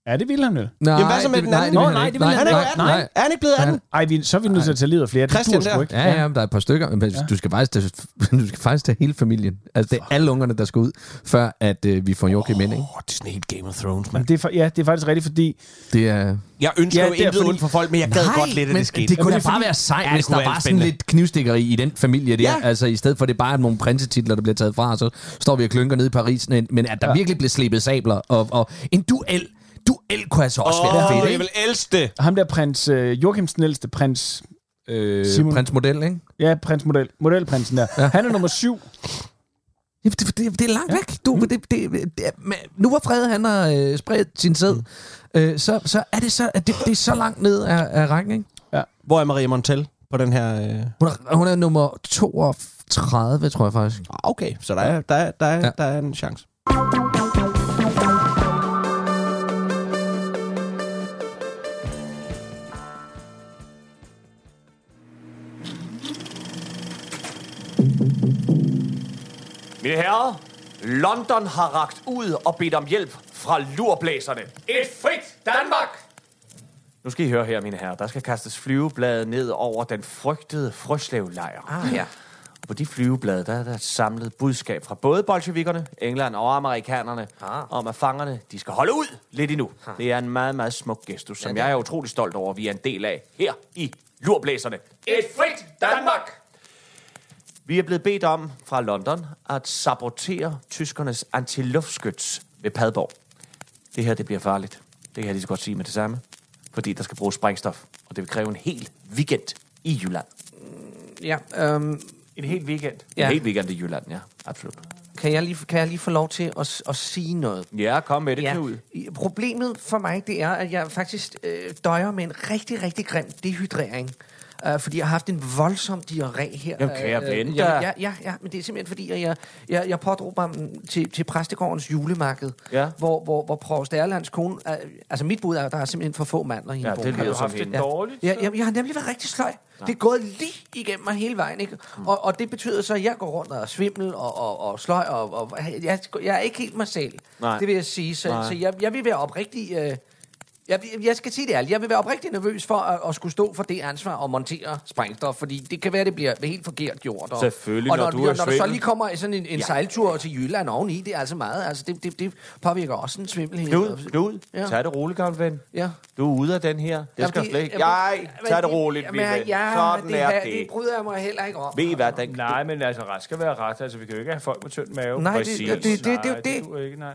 Speaker 4: ja, det vil han vel.
Speaker 5: Nej,
Speaker 3: Jamen, hvad så med
Speaker 5: det-
Speaker 3: den anden?
Speaker 5: det vil
Speaker 4: Nå,
Speaker 5: han
Speaker 4: nej,
Speaker 5: ikke.
Speaker 4: det vil
Speaker 3: Han er jo 18.
Speaker 5: nej.
Speaker 3: Er han ikke blevet 18?
Speaker 5: Han-
Speaker 4: Ej, vi, så er vi nødt til at tage leder flere. Det
Speaker 3: Christian
Speaker 4: dur sgu
Speaker 3: der.
Speaker 4: ikke.
Speaker 5: Ja, ja, men der er et par stykker, men ja. du, skal faktisk, tage- du skal faktisk tage hele familien. Altså, det er alle ungerne, der skal ud, før at øh, vi får Joachim ind, ikke?
Speaker 3: Åh, det er sådan helt Game of Thrones,
Speaker 4: Men
Speaker 3: mand.
Speaker 4: det er, fa- ja, det er faktisk rigtigt, fordi
Speaker 5: Det er...
Speaker 3: Jeg ønsker
Speaker 4: Ja,
Speaker 3: ja, jo
Speaker 4: det er
Speaker 3: intet
Speaker 4: fordi-
Speaker 3: ondt for folk, men jeg gad godt lidt, at
Speaker 5: men
Speaker 3: det skete.
Speaker 5: det kunne
Speaker 4: Jamen,
Speaker 5: da
Speaker 4: det er
Speaker 5: bare
Speaker 4: fordi-
Speaker 5: være sejt,
Speaker 3: Ja,
Speaker 5: ja,
Speaker 3: det
Speaker 5: hvis
Speaker 3: kunne
Speaker 5: der
Speaker 3: være
Speaker 5: var sådan
Speaker 3: spændende.
Speaker 5: lidt knivstikkeri i den familie der. Ja.
Speaker 3: Ja.
Speaker 5: Altså, i stedet for, at det bare er nogle prinsetitler, der bliver taget fra, og så står vi og klynker nede i Paris, men men at der ja. virkelig bliver slippet sabler, og, og en duel, duel kunne altså også være
Speaker 3: Åh,
Speaker 5: fedt,
Speaker 3: jeg
Speaker 5: ikke?
Speaker 3: vil elske det.
Speaker 4: ham der prins, øh, Joachims den ældste prins, Simon.
Speaker 5: Øh, prinsmodel, ikke?
Speaker 4: ja, prinsmodel, modelprinsen der, ja. han er nummer syv.
Speaker 5: Ja, det, det, det er langt væk.
Speaker 7: Mm.
Speaker 5: Du, det, det, det, er- men nu hvor Fred han har øh, spredt sin sæd,
Speaker 7: Mm.
Speaker 5: øh, så, så er det så, at det, det er så langt ned af, af rækken. Ikke?
Speaker 3: Hvor er Maria Montel på den her... Øh...
Speaker 5: Hun, er, hun er nummer 32, tror jeg faktisk.
Speaker 3: Ah, Okay, så der er, der, er, der, er,
Speaker 5: Ja.
Speaker 3: ja. der er en chance.
Speaker 1: Mine herrer, London har ragt ud og bedt om hjælp fra lurblæserne. Et frit Danmark! Nu skal I høre her, mine herrer. Der skal kastes flyveblade ned over den frygtede frøslevlejr. Ah, ja. Og på de flyveblade, der er der et samlet budskab fra både bolsjevikkerne, England og amerikanerne, ah. om at fangerne, de skal holde ud lidt endnu. Ah. Det er en meget, meget smuk gestus, som ja, jeg er utrolig stolt over, at vi er en del af her i Lurblæserne. Et frit Danmark! Vi er blevet bedt om fra London at sabotere tyskernes antiluftskyts ved Padborg. Det her, det bliver farligt. Det kan jeg lige så godt sige med det samme. Fordi der skal bruges sprængstof, og det vil kræve en hel weekend i Jylland.
Speaker 7: Ja, øhm,
Speaker 1: En hel weekend? Ja.
Speaker 7: Ja.
Speaker 1: En hel weekend i Jylland, ja. Absolut.
Speaker 7: kan, jeg lige, kan jeg lige få lov til at, s- at sige noget?
Speaker 1: Ja, kom med det, ja. Knud.
Speaker 7: I- Problemet for mig, det er, at jeg faktisk øh, døjer med en rigtig, rigtig grim dehydrering. Øh, fordi jeg har haft en voldsom diarré her.
Speaker 1: Jamen, kan jeg vente?
Speaker 7: Ja, ja, ja, ja, men det er simpelthen fordi, at jeg, jeg, jeg pådrog mig den til, til præstegårdens julemarked,
Speaker 1: Ja.
Speaker 7: hvor, hvor, hvor Provst Erlands kone... Øh, altså mit bud er, at der er simpelthen for få mandler i en
Speaker 1: Ja, det lyder som hende.
Speaker 7: dårligt? Ja, ja, jeg har nemlig været rigtig sløj. Det er gået lige igennem mig hele vejen, ikke?
Speaker 1: Mm.
Speaker 7: Og, og det betyder så, at jeg går rundt og er svimmel og, og, og sløj, og, og jeg, jeg er ikke helt mig selv.
Speaker 1: Nej.
Speaker 7: Det vil jeg sige. Så,
Speaker 1: Nej.
Speaker 7: så jeg, jeg vil være oprigtig... Øh, jeg, jeg skal sige det ærligt. Jeg vil være oprigtig nervøs for at, at skulle stå for det ansvar og montere sprængstof, fordi det kan være, det bliver helt forkert gjort. Og,
Speaker 1: Selvfølgelig,
Speaker 7: og
Speaker 1: når
Speaker 7: når,
Speaker 1: du
Speaker 7: når,
Speaker 1: er
Speaker 7: når der så
Speaker 1: svimmel.
Speaker 7: lige kommer sådan en, en ja. sejltur til Jylland oveni, det er altså meget. Altså, det, det, det påvirker også en svimmelhed.
Speaker 1: Knud, Knud,
Speaker 7: Ja.
Speaker 1: ja. tag det roligt, gamle ven.
Speaker 7: Ja.
Speaker 1: Du er ude af den her. Det skal
Speaker 7: Jamen,
Speaker 1: slet ikke.
Speaker 7: jamen,
Speaker 1: Jeg,
Speaker 7: men
Speaker 1: tag det roligt,
Speaker 7: jamen,
Speaker 1: min ven.
Speaker 7: ja,
Speaker 1: Sådan
Speaker 7: men det,
Speaker 1: er
Speaker 7: her-
Speaker 1: det.
Speaker 7: Det bryder jeg mig heller ikke om.
Speaker 1: Ved I hvad, den,
Speaker 8: Nej, men altså, ret skal være ret. Altså, vi kan jo ikke have folk med tynd mave.
Speaker 7: Nej, det-
Speaker 8: Præcis.
Speaker 7: det- det- det- det er jo
Speaker 8: Nej,
Speaker 7: det.
Speaker 8: duer ikke, nej.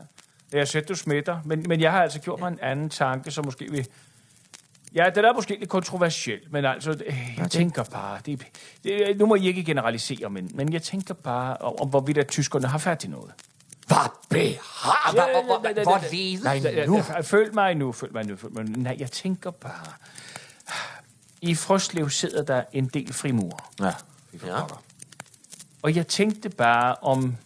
Speaker 8: Jeg har set, du smitter, men, men jeg har altså gjort mig en anden tanke, som måske vil
Speaker 9: Ja, den er måske lidt kontroversiel, men altså, øh, jeg tænker bare, det, det, nu må I ikke generalisere, men, men jeg tænker bare om, om hvorvidt at tyskerne har fat i noget.
Speaker 10: Hvad
Speaker 11: Ah,
Speaker 10: behar? Hvor, hvor, hvor, hvor, hvor leder I nu?
Speaker 9: Ja, ja, Følg mig nu, følg mig nu, følg mig nu. Nej, jeg tænker bare... I Frøslev sidder der en del frimurer.
Speaker 10: Ja.
Speaker 11: Ja.
Speaker 9: Og jeg tænkte bare, om,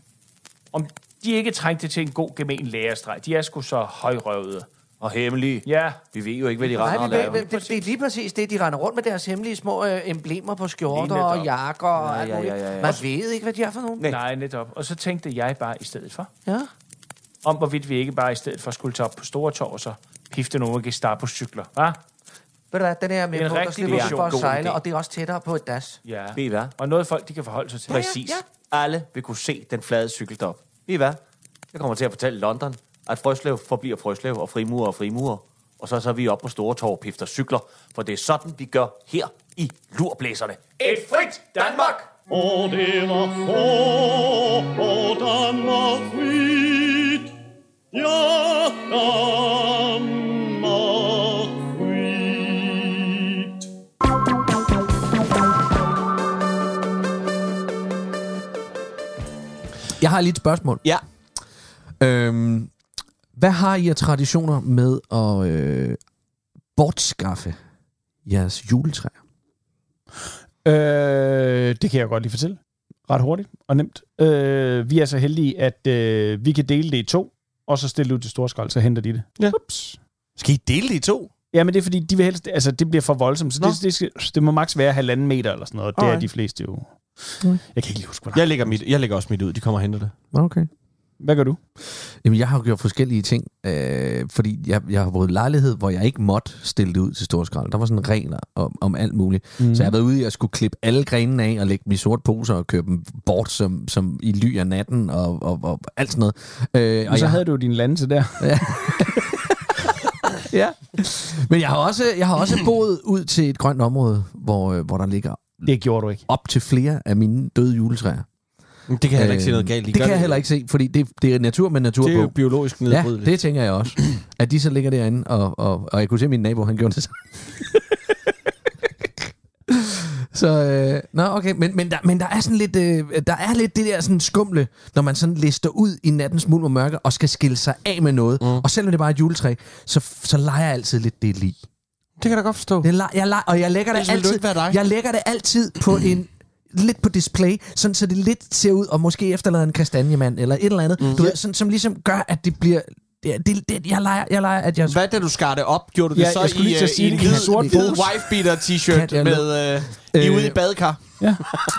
Speaker 9: om de ikke trængte til en god gemen lærerstreg. De er sgu så højrøvede.
Speaker 10: Og hemmelige.
Speaker 9: Ja,
Speaker 10: Vi ved jo ikke, hvad de render
Speaker 11: Nej,
Speaker 10: og
Speaker 11: men, men,
Speaker 10: laver.
Speaker 11: men, det, det er lige præcis det, de render rundt med deres hemmelige små øh, emblemer på skjorter
Speaker 9: Lige netop.
Speaker 11: og jakker og alt
Speaker 10: ja,
Speaker 11: muligt.
Speaker 10: ja, ja, ja.
Speaker 11: Man ved ikke, hvad de er for nogen.
Speaker 10: Nej.
Speaker 9: nej, netop. Og så tænkte jeg bare i stedet for,
Speaker 11: Ja.
Speaker 9: om hvorvidt vi ikke bare i stedet for skulle tage op på store tår og så pifte nogle Gestapo-cykler, hva?
Speaker 11: Ved du hvad, den her er med
Speaker 9: Det er en
Speaker 11: på, der
Speaker 9: rigtig
Speaker 11: slipper vi
Speaker 9: vision.
Speaker 11: for at
Speaker 9: God
Speaker 11: sejle,
Speaker 9: idé.
Speaker 11: og det er også tættere på et das.
Speaker 9: Ja.
Speaker 10: Ved I hvad?
Speaker 9: Og noget folk, de kan forholde sig til.
Speaker 10: Præcis. Alle vil kunne se den flade cykel derop. Ved I hvad? Jeg kommer til at fortælle London, at Frøslev forbliver Frøslev og frimurer og frimurer. Og så, så er vi oppe på store tår og pifter cykler, for det er sådan, vi gør her i Lurblæserne. Et frit Danmark!
Speaker 12: Og det var få, og Danmark frit. Ja, Danmark frit.
Speaker 5: Jeg har lige et spørgsmål.
Speaker 3: Ja.
Speaker 5: Øhm, hvad har I af traditioner med at øh, bortskaffe jeres juletræer?
Speaker 4: Øh, det kan jeg godt lige fortælle. Ret hurtigt og nemt. Øh, vi er så heldige, at øh, vi kan dele det i to, og så stille det ud til Storskrald, så henter de det. Ja. Ups.
Speaker 3: Skal I dele det i to?
Speaker 4: Ja, men det er fordi, de vil helst, altså, det bliver for voldsomt, så
Speaker 3: Nå.
Speaker 4: det, det, skal, det, må maks være halvanden meter eller sådan noget. Det er
Speaker 3: Alright. Mm.
Speaker 4: de fleste jo. Jeg kan ikke lige huske, hvad
Speaker 3: Jeg lægger, mit, jeg lægger også mit ud. De kommer og henter det.
Speaker 5: Okay.
Speaker 4: Hvad gør du?
Speaker 5: Jamen, jeg har jo gjort forskellige ting, øh, fordi jeg, jeg har boet i lejlighed, hvor jeg ikke måtte stille det ud til storskrald. Der var sådan regler om, om alt muligt.
Speaker 3: Mhm.
Speaker 5: Mm. Så jeg har været ude i at skulle klippe alle grenene af og lægge dem i sorte poser og købe dem bort som, som i ly af natten og, og, og alt sådan noget. Øh,
Speaker 4: Og så
Speaker 5: jeg,
Speaker 4: havde du din landse der.
Speaker 5: ja. Men jeg har, også, jeg har også boet ud til et grønt område, hvor, øh, hvor der ligger
Speaker 4: Det gjorde du ikke.
Speaker 5: op til flere af mine døde juletræer. Øh,
Speaker 3: Det kan jeg heller ikke se noget galt i.
Speaker 5: Det kan jeg heller ikke se, fordi det, det er natur med natur
Speaker 3: Det er jo
Speaker 5: på.
Speaker 3: biologisk
Speaker 5: Ja,
Speaker 3: nedbrydeligt.
Speaker 5: det tænker jeg også. At de så ligger derinde, og, og, og jeg kunne se, at min nabo, han gjorde det samme. Så, øh, nå, okay, men, men, der, men der er sådan lidt, øh, der er lidt det der sådan skumle, når man sådan lister ud i nattens mulm og mørke, og skal skille sig af med noget. Mm. Og selvom det bare er et juletræ, så, så leger jeg altid lidt det lige.
Speaker 3: det kan jeg da godt forstå.
Speaker 5: Det er leg- jeg leg- og jeg lægger det,
Speaker 3: Ellers ville det
Speaker 5: altid,
Speaker 3: ikke være dig.
Speaker 5: jeg lægger det altid på en lidt på display, sådan så det lidt ser ud, og måske efterlader en kastanjemand eller et eller andet, mm. du ved, sådan, som ligesom gør, at det bliver... Det, det, det, jeg, leger, jeg leger, at jeg...
Speaker 3: Hvad da du skar det op? Gjorde du
Speaker 4: Ja,
Speaker 3: det så
Speaker 4: jeg skulle
Speaker 3: i,
Speaker 4: lige til at
Speaker 3: øh,
Speaker 4: sige
Speaker 3: i en
Speaker 4: det. I en
Speaker 3: hvid,
Speaker 4: sort
Speaker 3: hvid
Speaker 4: pose?
Speaker 3: wifebeater t-shirt
Speaker 5: Kat, jeg
Speaker 3: med øh, I er ude i
Speaker 5: Øh,
Speaker 3: badekar?
Speaker 4: Ja.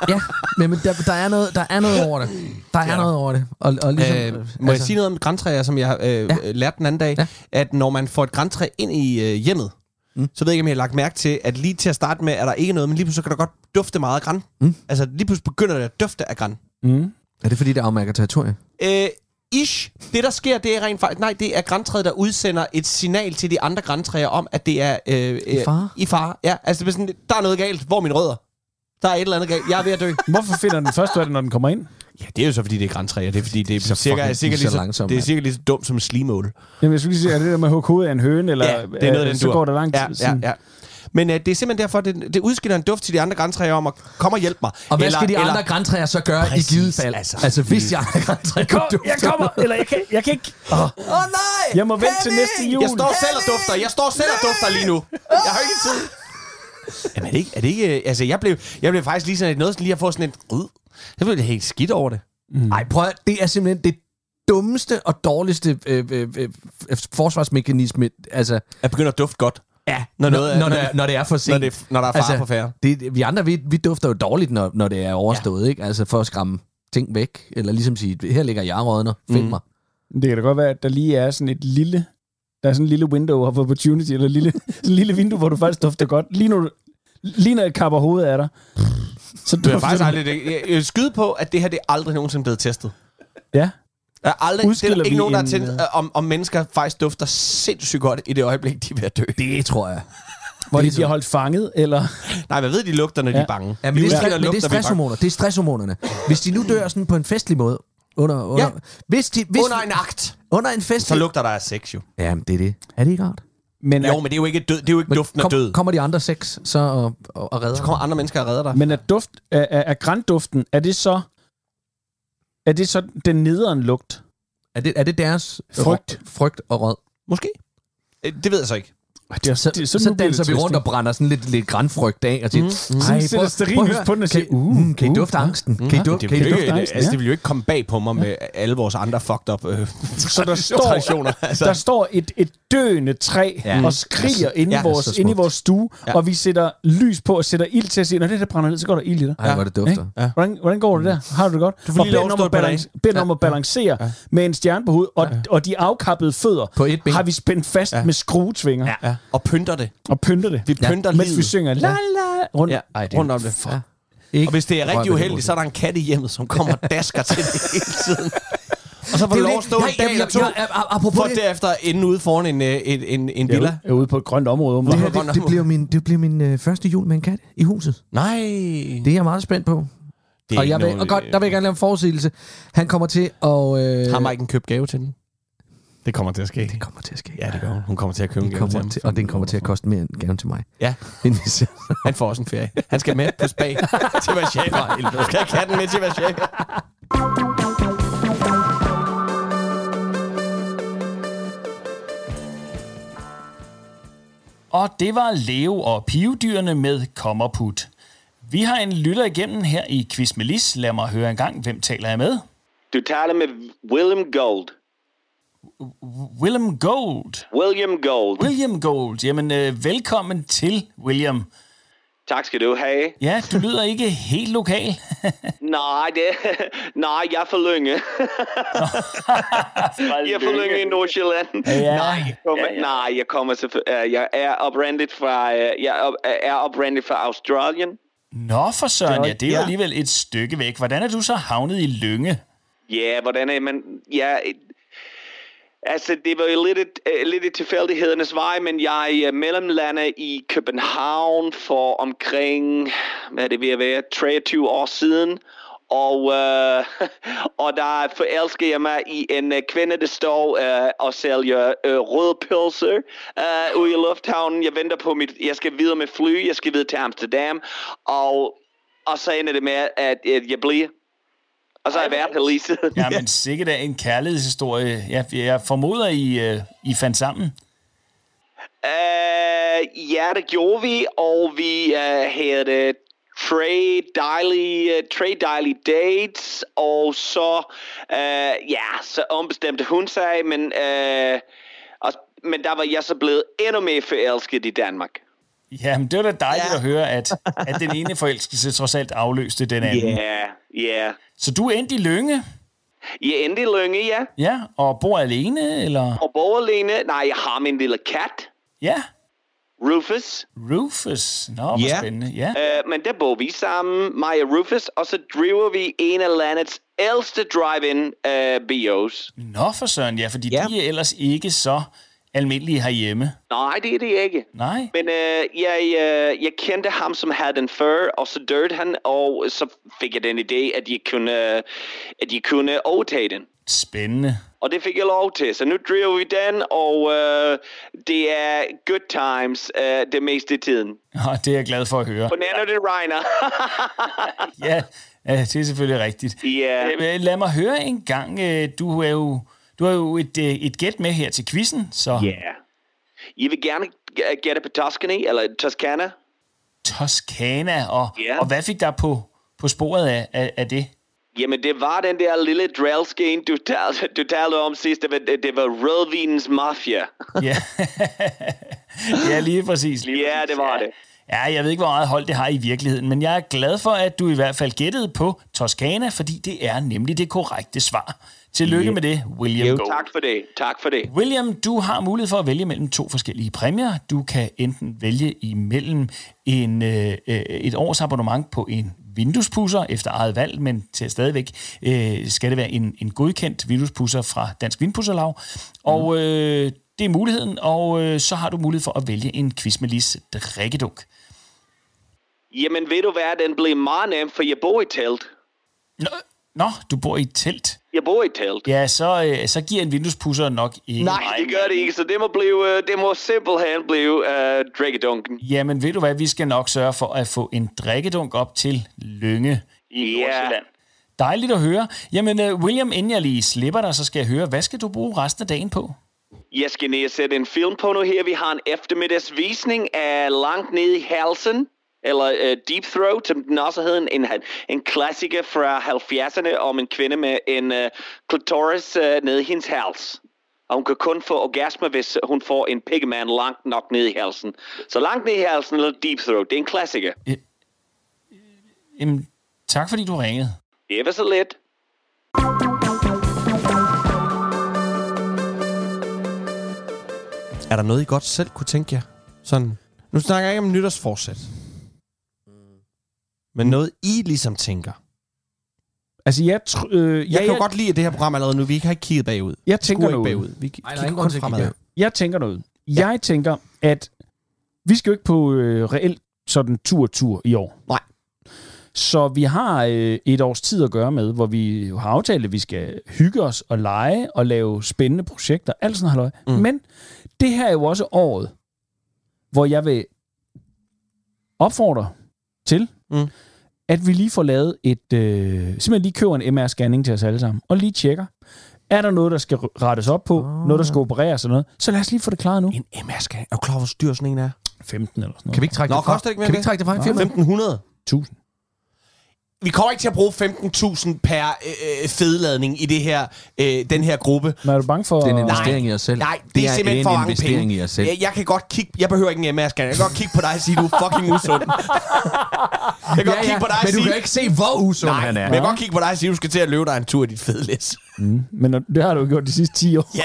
Speaker 5: Ja, men, men der, der, er noget, der er noget over det. Der er ja. noget over det. Og, og ligesom,
Speaker 3: Øh, må altså. jeg sige noget om grantræer, som jeg øh, ja. lærte den anden dag? Ja. At når man får et grantræ ind i øh, hjemmet, mm. så ved jeg ikke, om jeg har lagt mærke til, at lige til at starte med, er der ikke noget, men lige pludselig kan der godt dufte meget af gran. Mm. Altså lige pludselig begynder det at dufte af gran.
Speaker 4: Mm.
Speaker 5: Er det fordi, det afmærker territorie?
Speaker 3: Øh, ish, det der sker, det er rent faktisk... Nej, det er grantræet, der udsender et signal til de andre grantræer om, at det er... Øh, øh, I
Speaker 5: fare?
Speaker 3: I fare, ja. Altså det er sådan, der er noget galt. Hvor er mine rødder? Der er et eller andet galt. Jeg er ved at dø.
Speaker 4: Hvorfor finder den først, ud af det, når den kommer ind?
Speaker 3: Ja, det er jo så, fordi det er grantræer. Det er, fordi det er,
Speaker 5: Så fucking- de er så langsomme, mand.
Speaker 3: cirka lige så dumt som en slimål.
Speaker 4: Jamen, jeg skulle lige sige, er det der med at hugge hovedet af en høne, eller øh,
Speaker 3: Ja, det er noget, den
Speaker 4: så
Speaker 3: dur.
Speaker 4: går der lang tid.
Speaker 3: ja, ja, ja. Men øh, det er simpelthen derfor, det, det udskiller en duft til de andre grantræer om at komme og hjælpe mig.
Speaker 5: Og hvad eller, skal de andre eller... grantræer så gøre
Speaker 3: Præcis,
Speaker 5: i givet fald?
Speaker 3: altså.
Speaker 5: Altså, altså hvis de andre grantræer...
Speaker 2: Kom, jeg kommer, eller jeg kan, jeg kan ikke.
Speaker 3: Åh oh, nej!
Speaker 4: Jeg må vente til næste jul.
Speaker 3: Jeg står selv og dufter. Jeg står selv og dufter lige nu. Jeg har ikke tid. Jamen er det ikke... Er det ikke øh, altså jeg blev, jeg blev faktisk lige sådan et noget, sådan lige at få sådan et... Øh, jeg blev helt skidt over det.
Speaker 5: Nej, prøv at, det er simpelthen det dummeste og dårligste øh, øh, øh, øh, forsvarsmekanisme. Altså,
Speaker 3: Jeg begynder at dufte godt.
Speaker 5: Ja,
Speaker 3: Når
Speaker 5: når,
Speaker 3: noget er-
Speaker 5: når, når,
Speaker 3: når-
Speaker 5: det, er- når det er for sent.
Speaker 3: når
Speaker 5: Altså,
Speaker 3: det- når der er fare på færde.
Speaker 5: Det, vi andre, vi, vi dufter jo dårligt, når, når det er overstået, ja. ikke? Altså for at skræmme ting væk, eller ligesom sige, her ligger jeg og rådner, find mm. mig.
Speaker 4: Det kan da godt være, at der lige er sådan et lille... Der er sådan en lille window of opportunity, eller lille, sådan en lille vindue, hvor du faktisk dufter godt. Lige når, du- lige når jeg kapper hovedet af dig, så
Speaker 3: Du
Speaker 4: dufter
Speaker 3: har faktisk aldrig... det- Jeg, jeg vil skyde på, at det her det er aldrig nogensinde blevet testet.
Speaker 4: Ja.
Speaker 3: Der er aldrig, det er
Speaker 4: Udskiller
Speaker 3: der ikke
Speaker 4: vi
Speaker 3: nogen, der har
Speaker 4: en,
Speaker 3: tænkt, øh, om, om mennesker faktisk dufter sindssygt godt i det øjeblik, de er ved at dø.
Speaker 5: Det tror jeg.
Speaker 4: hvor de bliver holdt fanget, eller...
Speaker 3: Nej, hvad ved de lugter, når ja. de er bange?
Speaker 5: Ja, men det, er,
Speaker 3: udskiller
Speaker 5: stre- men det er
Speaker 3: lugter, vi bange.
Speaker 5: stresshormoner. Det er stresshormonerne. Hvis de nu dør sådan på en festlig måde, under, under,
Speaker 3: Ja.
Speaker 5: hvis de, hvis
Speaker 3: Under en akt,
Speaker 5: under en
Speaker 3: så
Speaker 5: festlig...
Speaker 3: lugter der af sex jo.
Speaker 5: Jamen, det er det. Er det ikke rart?
Speaker 13: Men,
Speaker 3: Jo, men det er jo ikke, død, det er jo ikke duften af
Speaker 5: kom,
Speaker 3: død.
Speaker 5: Kommer de andre seks så og, og, og redder?
Speaker 3: Så
Speaker 5: dem?
Speaker 3: kommer andre mennesker og redder dig.
Speaker 13: Men er, duft, er, er, er grænduften, er det så... Er det så den nederen lugt?
Speaker 5: Er det, er det deres
Speaker 13: Frygt.
Speaker 5: Ro- frygt og råd?
Speaker 3: Måske. Øh, Det ved jeg så ikke.
Speaker 13: Det er,
Speaker 5: Så,
Speaker 13: det er
Speaker 5: så,
Speaker 13: sådan,
Speaker 5: så
Speaker 13: nu bliver
Speaker 5: danser
Speaker 13: det
Speaker 5: vi
Speaker 13: trist,
Speaker 5: rundt og brænder sådan lidt, lidt grænfrygt af. Og siger, mm.
Speaker 13: Sådan sætter stearinlys på den og siger,
Speaker 5: kan,
Speaker 13: uh,
Speaker 5: mm, kan I
Speaker 13: uh,
Speaker 5: dufte
Speaker 13: ja.
Speaker 5: angsten? Kan I
Speaker 3: Det
Speaker 5: dufte? Kan
Speaker 3: vil,
Speaker 5: I
Speaker 3: jo
Speaker 5: dufte
Speaker 3: ikke,
Speaker 13: angsten,
Speaker 3: altså,
Speaker 13: ja.
Speaker 3: det vil jo ikke komme bag på mig med alle vores andre fucked up øh,
Speaker 13: Så der
Speaker 3: traditioner.
Speaker 13: står,
Speaker 3: Altså,
Speaker 13: der står et, et døende træ
Speaker 5: Ja.
Speaker 13: ja. og skriger
Speaker 4: Altså,
Speaker 13: inde,
Speaker 3: Ja,
Speaker 13: ja, vores,
Speaker 5: så smukt.
Speaker 13: inde i vores stue,
Speaker 3: Ja.
Speaker 13: ja. og vi sætter lys på og sætter ild til at sige, når det der brænder ned, så går der ild i det.
Speaker 5: Ej, hvor det dufter.
Speaker 13: Ikke? Hvordan, hvordan går det der? Har du det godt? Du
Speaker 3: får lige lov
Speaker 13: om
Speaker 3: at stå
Speaker 13: at,
Speaker 3: et par
Speaker 13: balance, bed om at balancere ja. med en stjerne på hovedet, og, ja. og de afkappede fødder
Speaker 5: På et ben.
Speaker 13: har vi spændt fast ja. med skruetvinger ja.
Speaker 3: ja. Og pynter det.
Speaker 13: og pynter det,
Speaker 3: Vi pynter ja.
Speaker 13: mens vi
Speaker 3: livet.
Speaker 13: synger la la rundt.
Speaker 3: Ja,
Speaker 13: Ja.
Speaker 3: Ej, det rundt om det.
Speaker 5: Ja.
Speaker 3: Fuck. Og hvis det er
Speaker 5: Rør
Speaker 3: rigtig
Speaker 5: ved det
Speaker 3: uheldigt,
Speaker 5: lort.
Speaker 3: så er der en kat i hjemmet, som kommer og dasker til det hele tiden. Og så får
Speaker 5: Det
Speaker 3: du
Speaker 5: er jo
Speaker 3: lov at
Speaker 5: det.
Speaker 3: stå en
Speaker 5: Jeg-
Speaker 3: dag
Speaker 5: jeg-
Speaker 3: eller to,
Speaker 5: jeg- jeg- jeg- apropos
Speaker 3: for
Speaker 5: det.
Speaker 3: derefter at ende ude foran en, øh, en, en, en
Speaker 13: Jeg er ude-
Speaker 3: villa.
Speaker 13: jeg er ude på et grønt område.
Speaker 5: Det,
Speaker 13: åbenbart.
Speaker 5: her, det, det, bliver min, det bliver min øh, første jul med en kat i huset.
Speaker 3: Nej.
Speaker 5: Det er jeg meget spændt på.
Speaker 3: Det er
Speaker 5: Og, jeg
Speaker 3: ikke øh,
Speaker 5: vil, og godt, der vil jeg gerne lave en forudsigelse. Han kommer til at... Øh,
Speaker 3: Har Maiken købt gave til den? Det kommer til at ske.
Speaker 5: det kommer til at ske.
Speaker 3: Ja, det gør hun. Hun kommer til at købe en
Speaker 5: Den
Speaker 3: gave til
Speaker 5: kommer
Speaker 3: ham.
Speaker 5: til, og den kommer til at koste mere end gaven til mig.
Speaker 3: Ja,
Speaker 5: End hvis jeg-
Speaker 3: han får også en ferie. Han skal med på spa til Varsava. Nu skal katten med til Varsava.
Speaker 4: Og det var Leo og Pivdyrene med Kommerput. Vi har en lytter igennem her i Quiz med Lis. Lad mig høre en gang, hvem taler jeg med?
Speaker 7: Du taler med William Gold.
Speaker 4: William Gold.
Speaker 7: William Gold.
Speaker 4: William Gold. Jamen, øh, velkommen til, William.
Speaker 7: Tak skal du have.
Speaker 4: Ja, du lyder ikke helt lokal.
Speaker 7: Nej, det, nej, jeg er for lynge. jeg er for lynge i Nordsjælland.
Speaker 4: Ja.
Speaker 7: Nej, jeg kommer, nej, jeg kommer til, uh, jeg er oprindeligt fra, uh, jeg op, er oprindeligt fra Australien.
Speaker 4: Nå, for søren, ja, det er jo alligevel et stykke væk. Hvordan er du så havnet i Lønge?
Speaker 7: Ja, yeah, hvordan er man, ja, et- altså det var jo lidt, et, øh, lidt et tilfældighedernes vej, men jeg uh, mellemlander i København for omkring, hvad er det ved at være, 23 år siden. Og, øh, og der forelsker jeg mig i en øh, kvinde, der står øh, og sælger øh, røde pølser øh, ude i lufthavnen. Jeg venter på mit... Jeg skal videre med fly. Jeg skal videre til Amsterdam. Og, og så ender det med, at, at jeg bliver. Og så har jeg været her lige siden.
Speaker 4: Ja, men sikkert er en kærlighedshistorie. Jeg, jeg formoder, I, øh, I fandt sammen.
Speaker 7: Øh, ja, det gjorde vi, og vi øh, havde tre dejlige, øh, tre dejlige dates, og så, øh, ja, så ombestemte hun sig, men, øh, og, men der var jeg så blevet endnu mere forelsket i Danmark.
Speaker 4: Jamen, det var da dejligt ja. at høre, at, at den ene forelskelse trods alt afløste den anden. Yeah.
Speaker 7: Ja, ja.
Speaker 4: Så du er endt i Lønge,
Speaker 7: Jeg endte i Lønge, ja,
Speaker 4: ja, og bor alene, eller?
Speaker 7: og bor alene. Nej, jeg har min lille kat,
Speaker 4: Ja,
Speaker 7: Rufus,
Speaker 4: Rufus. Nå, hvor
Speaker 3: Ja.
Speaker 4: yeah. spændende. Ja.
Speaker 7: øh, men der bor vi sammen, mig og Rufus, og så driver vi en af landets ældste drive-in øh, bios.
Speaker 4: Nå, for søren, ja, fordi yeah. de er ellers ikke så almindelige herhjemme.
Speaker 7: Nej, det er det ikke.
Speaker 4: Nej.
Speaker 7: Men øh, jeg, øh, jeg kendte ham, som havde den før, og så døde han, og så fik jeg den idé, at jeg kunne, at jeg kunne overtage den.
Speaker 4: Spændende.
Speaker 7: Og det fik jeg lov til, så nu driver vi den, og øh, det er good times øh, det meste af tiden.
Speaker 4: Nå, det er jeg glad for at høre.
Speaker 7: På nano, det regner.
Speaker 4: Ja, ja, det er selvfølgelig rigtigt.
Speaker 7: Ja.
Speaker 4: Øh, Lad mig høre en gang. øh, Du er jo, du har jo et, øh, et gæt med her til quizzen, så
Speaker 7: Ja. yeah. Jeg vil gerne g- øh, gætte på Tuscany, eller Toscana.
Speaker 4: Toscana. Og,
Speaker 7: Ja.
Speaker 4: og hvad fik der på, på sporet af, af, af det?
Speaker 7: Jamen, det var den der lille drælsken, du, tal- du talte om sidst. Det var, det var rødvinens mafia.
Speaker 4: Ja, ja lige præcis.
Speaker 7: Ja, yeah, det var det.
Speaker 4: Ja, jeg ved ikke, hvor meget hold det har i virkeligheden, men jeg er glad for, at du i hvert fald gættede på Toscana, fordi det er nemlig det korrekte svar. Tillykke med det, William Gold.
Speaker 7: Tak for det. Tak for det.
Speaker 4: William, du har mulighed for at vælge mellem to forskellige præmier. Du kan enten vælge imellem en, øh, øh, et års abonnement på en vinduespusser efter eget valg, men til stadigvæk øh, skal det være en, en godkendt vinduespusser fra Dansk Vindpusserlag. Og øh, det er muligheden, og øh, så har du mulighed for at vælge en quiz med Lis drikkeduk.
Speaker 7: Jamen, ved du hvad? Den blev meget nem, for jeg bor i telt.
Speaker 4: Nå,
Speaker 14: Nå, du bor i et telt.
Speaker 7: Jeg bor i et telt.
Speaker 14: Ja, så, øh, så giver en vinduespusser nok ikke
Speaker 7: Nej,
Speaker 14: meget.
Speaker 7: det gør det ikke, så det må, blive, øh, det må simpelthen blive uh, drikkedunken.
Speaker 14: Jamen, ved du hvad, vi skal nok sørge for at få en drikkedunk op til Lønge.
Speaker 7: I Nordsjælland.
Speaker 14: Dejligt at høre. Jamen, øh, William, inden jeg lige slipper dig, så skal jeg høre, hvad skal du bruge resten af dagen på?
Speaker 7: Jeg skal ned og sætte en film på nu her. Vi har en eftermiddagsvisning af Langt nede i halsen, eller uh, Deep Throat, som den også hed, en, en, en klassiker fra 70'erne om en kvinde med en uh, clitoris uh, nede i hendes hals. Og hun kan kun få orgasme, hvis hun får en pigman langt nok nede i halsen. Så langt nede i halsen eller Deep Throat, det er en klassiker.
Speaker 14: Jamen, tak fordi du ringede.
Speaker 7: Det var så let.
Speaker 3: Er der noget, I godt selv kunne tænke jer? Sådan. Nu snakker jeg ikke om nytårsforsæt.
Speaker 5: Mm.
Speaker 3: Men noget, I ligesom tænker.
Speaker 4: Altså, jeg, tr- øh,
Speaker 3: Jeg kan jo godt lide, at det her program allerede nu, vi ikke har ikke kigget bagud.
Speaker 4: Jeg tænker
Speaker 3: Skue ikke
Speaker 4: noget.
Speaker 3: bagud. Vi
Speaker 5: der er
Speaker 3: kigger
Speaker 5: ingen
Speaker 3: kun
Speaker 5: grund til at kigge
Speaker 3: fremad.
Speaker 5: bagud.
Speaker 4: Jeg tænker noget. Jeg tænker, at vi skal jo ikke på øh, reelt sådan tur-tur i år.
Speaker 3: Nej.
Speaker 4: Så vi har øh, et års tid at gøre med, hvor vi jo har aftalt, at vi skal hygge os og lege og lave spændende projekter. Alt sådan noget. Mm. Men det her er jo også året, hvor jeg vil opfordre til,
Speaker 3: Mm.
Speaker 4: at vi lige får lavet et... Øh, simpelthen lige køber en MR-scanning til os alle sammen, og lige tjekker, er der noget, der skal rettes op på, oh. noget, der skal opereres og noget, så lad os lige få det klaret nu.
Speaker 3: En MR-scan. Er du klar, hvor dyr sådan en er?
Speaker 4: 15 eller sådan
Speaker 5: Kan
Speaker 4: noget.
Speaker 5: vi ikke trække
Speaker 3: Nå,
Speaker 5: det fra?
Speaker 3: koster det ikke mere
Speaker 5: kan vi
Speaker 3: end
Speaker 5: ikke trække det fra i firmaet?
Speaker 3: 1500.
Speaker 4: 1000.
Speaker 3: Vi kommer ikke til at bruge 15.000 per øh, øh, fedladning i det her, øh, den her gruppe.
Speaker 4: Men er du bange for...
Speaker 5: Det er en
Speaker 4: Nej.
Speaker 5: investering i os selv.
Speaker 3: Nej, det, det er, er simpelthen
Speaker 5: en
Speaker 3: for mange
Speaker 5: investering
Speaker 3: penge.
Speaker 5: i os selv.
Speaker 3: Jeg, jeg kan godt kigge... Jeg behøver ikke en MR-scan. Jeg kan godt kigge på dig og sige, du er fucking usund. jeg kan godt kigge på dig og
Speaker 5: men du
Speaker 3: sige...
Speaker 5: kan ikke se, hvor usund
Speaker 3: Nej,
Speaker 5: han er.
Speaker 3: men jeg kan godt kigge på dig og sige, du skal til at løbe dig en tur i dit fedlæs.
Speaker 4: Men når- det har du jo gjort de sidste 10 år.
Speaker 3: ja,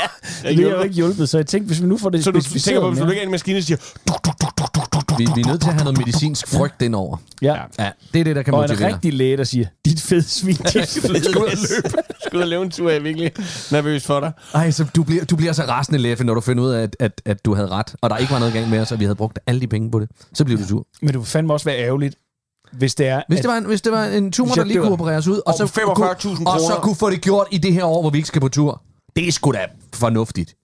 Speaker 4: Det har jo ikke hjulpet, så jeg tænkte, hvis vi nu får det
Speaker 3: Så du tænker på, hvis du
Speaker 4: mere-
Speaker 3: ligger ind i maskinen og siger... Duk, duk, duk, duk, duk, duk, duk,
Speaker 5: Vi, vi er nødt til at have noget medicinsk frygt indover.
Speaker 4: Ja.
Speaker 5: Ja, det er det, der kan
Speaker 4: Og en
Speaker 5: motivere.
Speaker 4: rigtig læge, der siger, dit fede svin, dit fede
Speaker 3: Skal ud og løbe. Skal ud og løbe en tur, jeg er virkelig nervøs for dig.
Speaker 5: Ej, så du bliver, du bliver så rasende, Leffe, når du finder ud af, at, at, at du havde ret, og der ikke var noget gang med os, og vi havde brugt alle de penge på det. Så bliver du sur.
Speaker 4: Men du fandme også være ærgerligt, hvis det er...
Speaker 5: Hvis
Speaker 4: at-
Speaker 5: det var en, hvis det var en tumor,
Speaker 4: Hvis
Speaker 5: der
Speaker 4: jeg
Speaker 5: lige
Speaker 4: dør.
Speaker 5: kunne opereres ud, og,
Speaker 3: Og
Speaker 5: så,
Speaker 3: 45.000
Speaker 5: kunne, og så
Speaker 3: kroner.
Speaker 5: kunne få det gjort i det her år, hvor vi ikke skal på tur. Det er sgu da fornuftigt.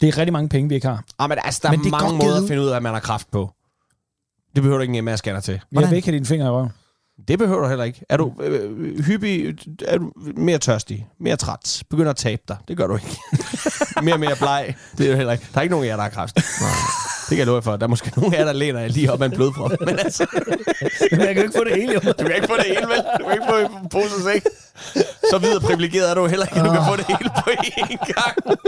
Speaker 4: Det er rigtig mange penge, vi ikke har.
Speaker 3: Ah, men altså, der
Speaker 5: Men
Speaker 3: men er
Speaker 5: det er
Speaker 3: mange
Speaker 5: godt
Speaker 3: måder at
Speaker 5: givet.
Speaker 3: finde ud af, at man har kraft på. Det behøver du ikke en MR-scanner til.
Speaker 4: Jeg vil ikke have dine fingre i røven.
Speaker 3: Det behøver du heller ikke. Er du øh, hyppig, er du mere tørstig, mere træt, begynder at tabe dig. Det gør du ikke. mere og mere bleg. Det er du heller ikke. Der er ikke nogen af jer, der har kræft. Det kan jeg love jer for. Der er måske nogen af jer, der læner jer lige op af en blodprop. Men altså,
Speaker 4: Men jeg kan jo ikke få det hele, jo.
Speaker 3: du kan ikke få det hele, vel? Du kan ikke få en pose og sæk. Så videre privilegeret er du heller ikke, at du kan få det hele på én gang.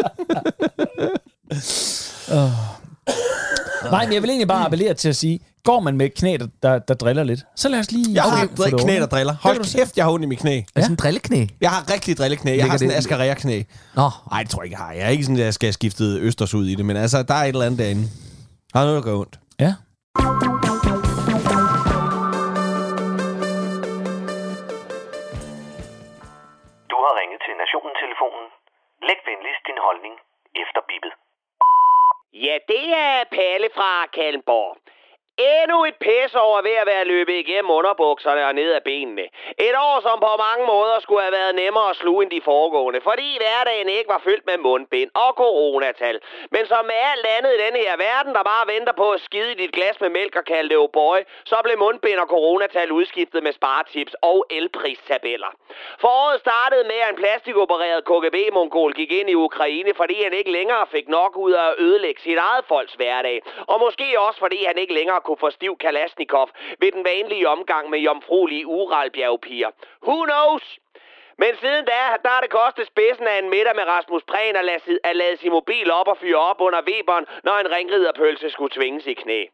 Speaker 4: Nej, men jeg vil egentlig bare appellere til at sige, går man med et knæ, der, der, der driller lidt, så lad os lige...
Speaker 3: Jeg har
Speaker 4: få det- få
Speaker 3: okay,
Speaker 4: det
Speaker 3: knæ,
Speaker 4: over.
Speaker 3: der driller.
Speaker 4: Kan du
Speaker 3: Hold
Speaker 4: se?
Speaker 3: kæft, jeg har ondt i mit knæ.
Speaker 5: Ja. Altså en drilleknæ.
Speaker 3: Jeg har rigtig drilleknæ. Jeg har
Speaker 5: Ligger
Speaker 3: sådan en
Speaker 5: det-
Speaker 3: askaræer-knæ.
Speaker 5: Nå,
Speaker 3: Nej, det tror jeg ikke, jeg har. Jeg er ikke sådan, at jeg skal have skiftet Østers ud i det, men altså, der er et eller andet derinde. Har noget, der gør ondt.
Speaker 4: Ja.
Speaker 1: Du har ringet til Nationen-telefonen. Læg venligst din holdning efter bippet.
Speaker 7: Ja, det er Palle fra Kalmborg. Endnu et pis over ved at være løbet igennem underbukserne og ned ad benene. Et år, som på mange måder skulle have været nemmere at sluge end de foregående, fordi hverdagen ikke var fyldt med mundbind og coronatal. Men som med alt andet i denne her verden, der bare venter på at skide i dit glas med mælk og kalde det oh boy, så blev mundbind og coronatal udskiftet med sparetips og elpristabeller. Foråret startede med, at en plastikopereret KGB-mongol gik ind i Ukraine, fordi han ikke længere fik nok ud af at ødelægge sit eget folks hverdag. Og måske også, fordi han ikke længere kunne få stiv Kalashnikov ved den vanlige omgang med jomfruelige Uralbjergpiger. Who knows? Men siden da, der har det kostet spidsen af en middag med Rasmus Prehn at lade, si- at lade sin mobil op og fyre op under Weberen, når en ringriderpølse skulle tvinges i knæ.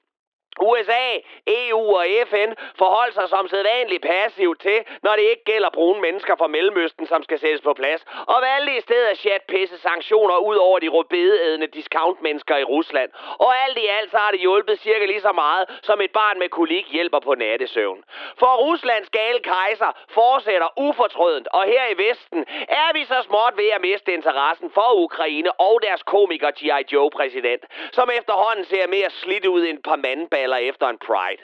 Speaker 7: USA, EU E og FN forholder sig som sædvanligt passivt til, når det ikke gælder brune mennesker fra Mellemøsten, som skal sættes på plads, og valgte i stedet at chat pisse sanktioner ud over de rødbedeædende discountmennesker i Rusland. Og alt i alt så har det hjulpet cirka lige så meget, som et barn med kolik hjælper på nattesøvn. For Ruslands gale kejser fortsætter ufortrødent, og her i Vesten er vi så småt ved at miste interessen for Ukraine og deres komiker G.I. Joe-præsident, som efterhånden ser mere slidt ud end et par mandballer efter en pride.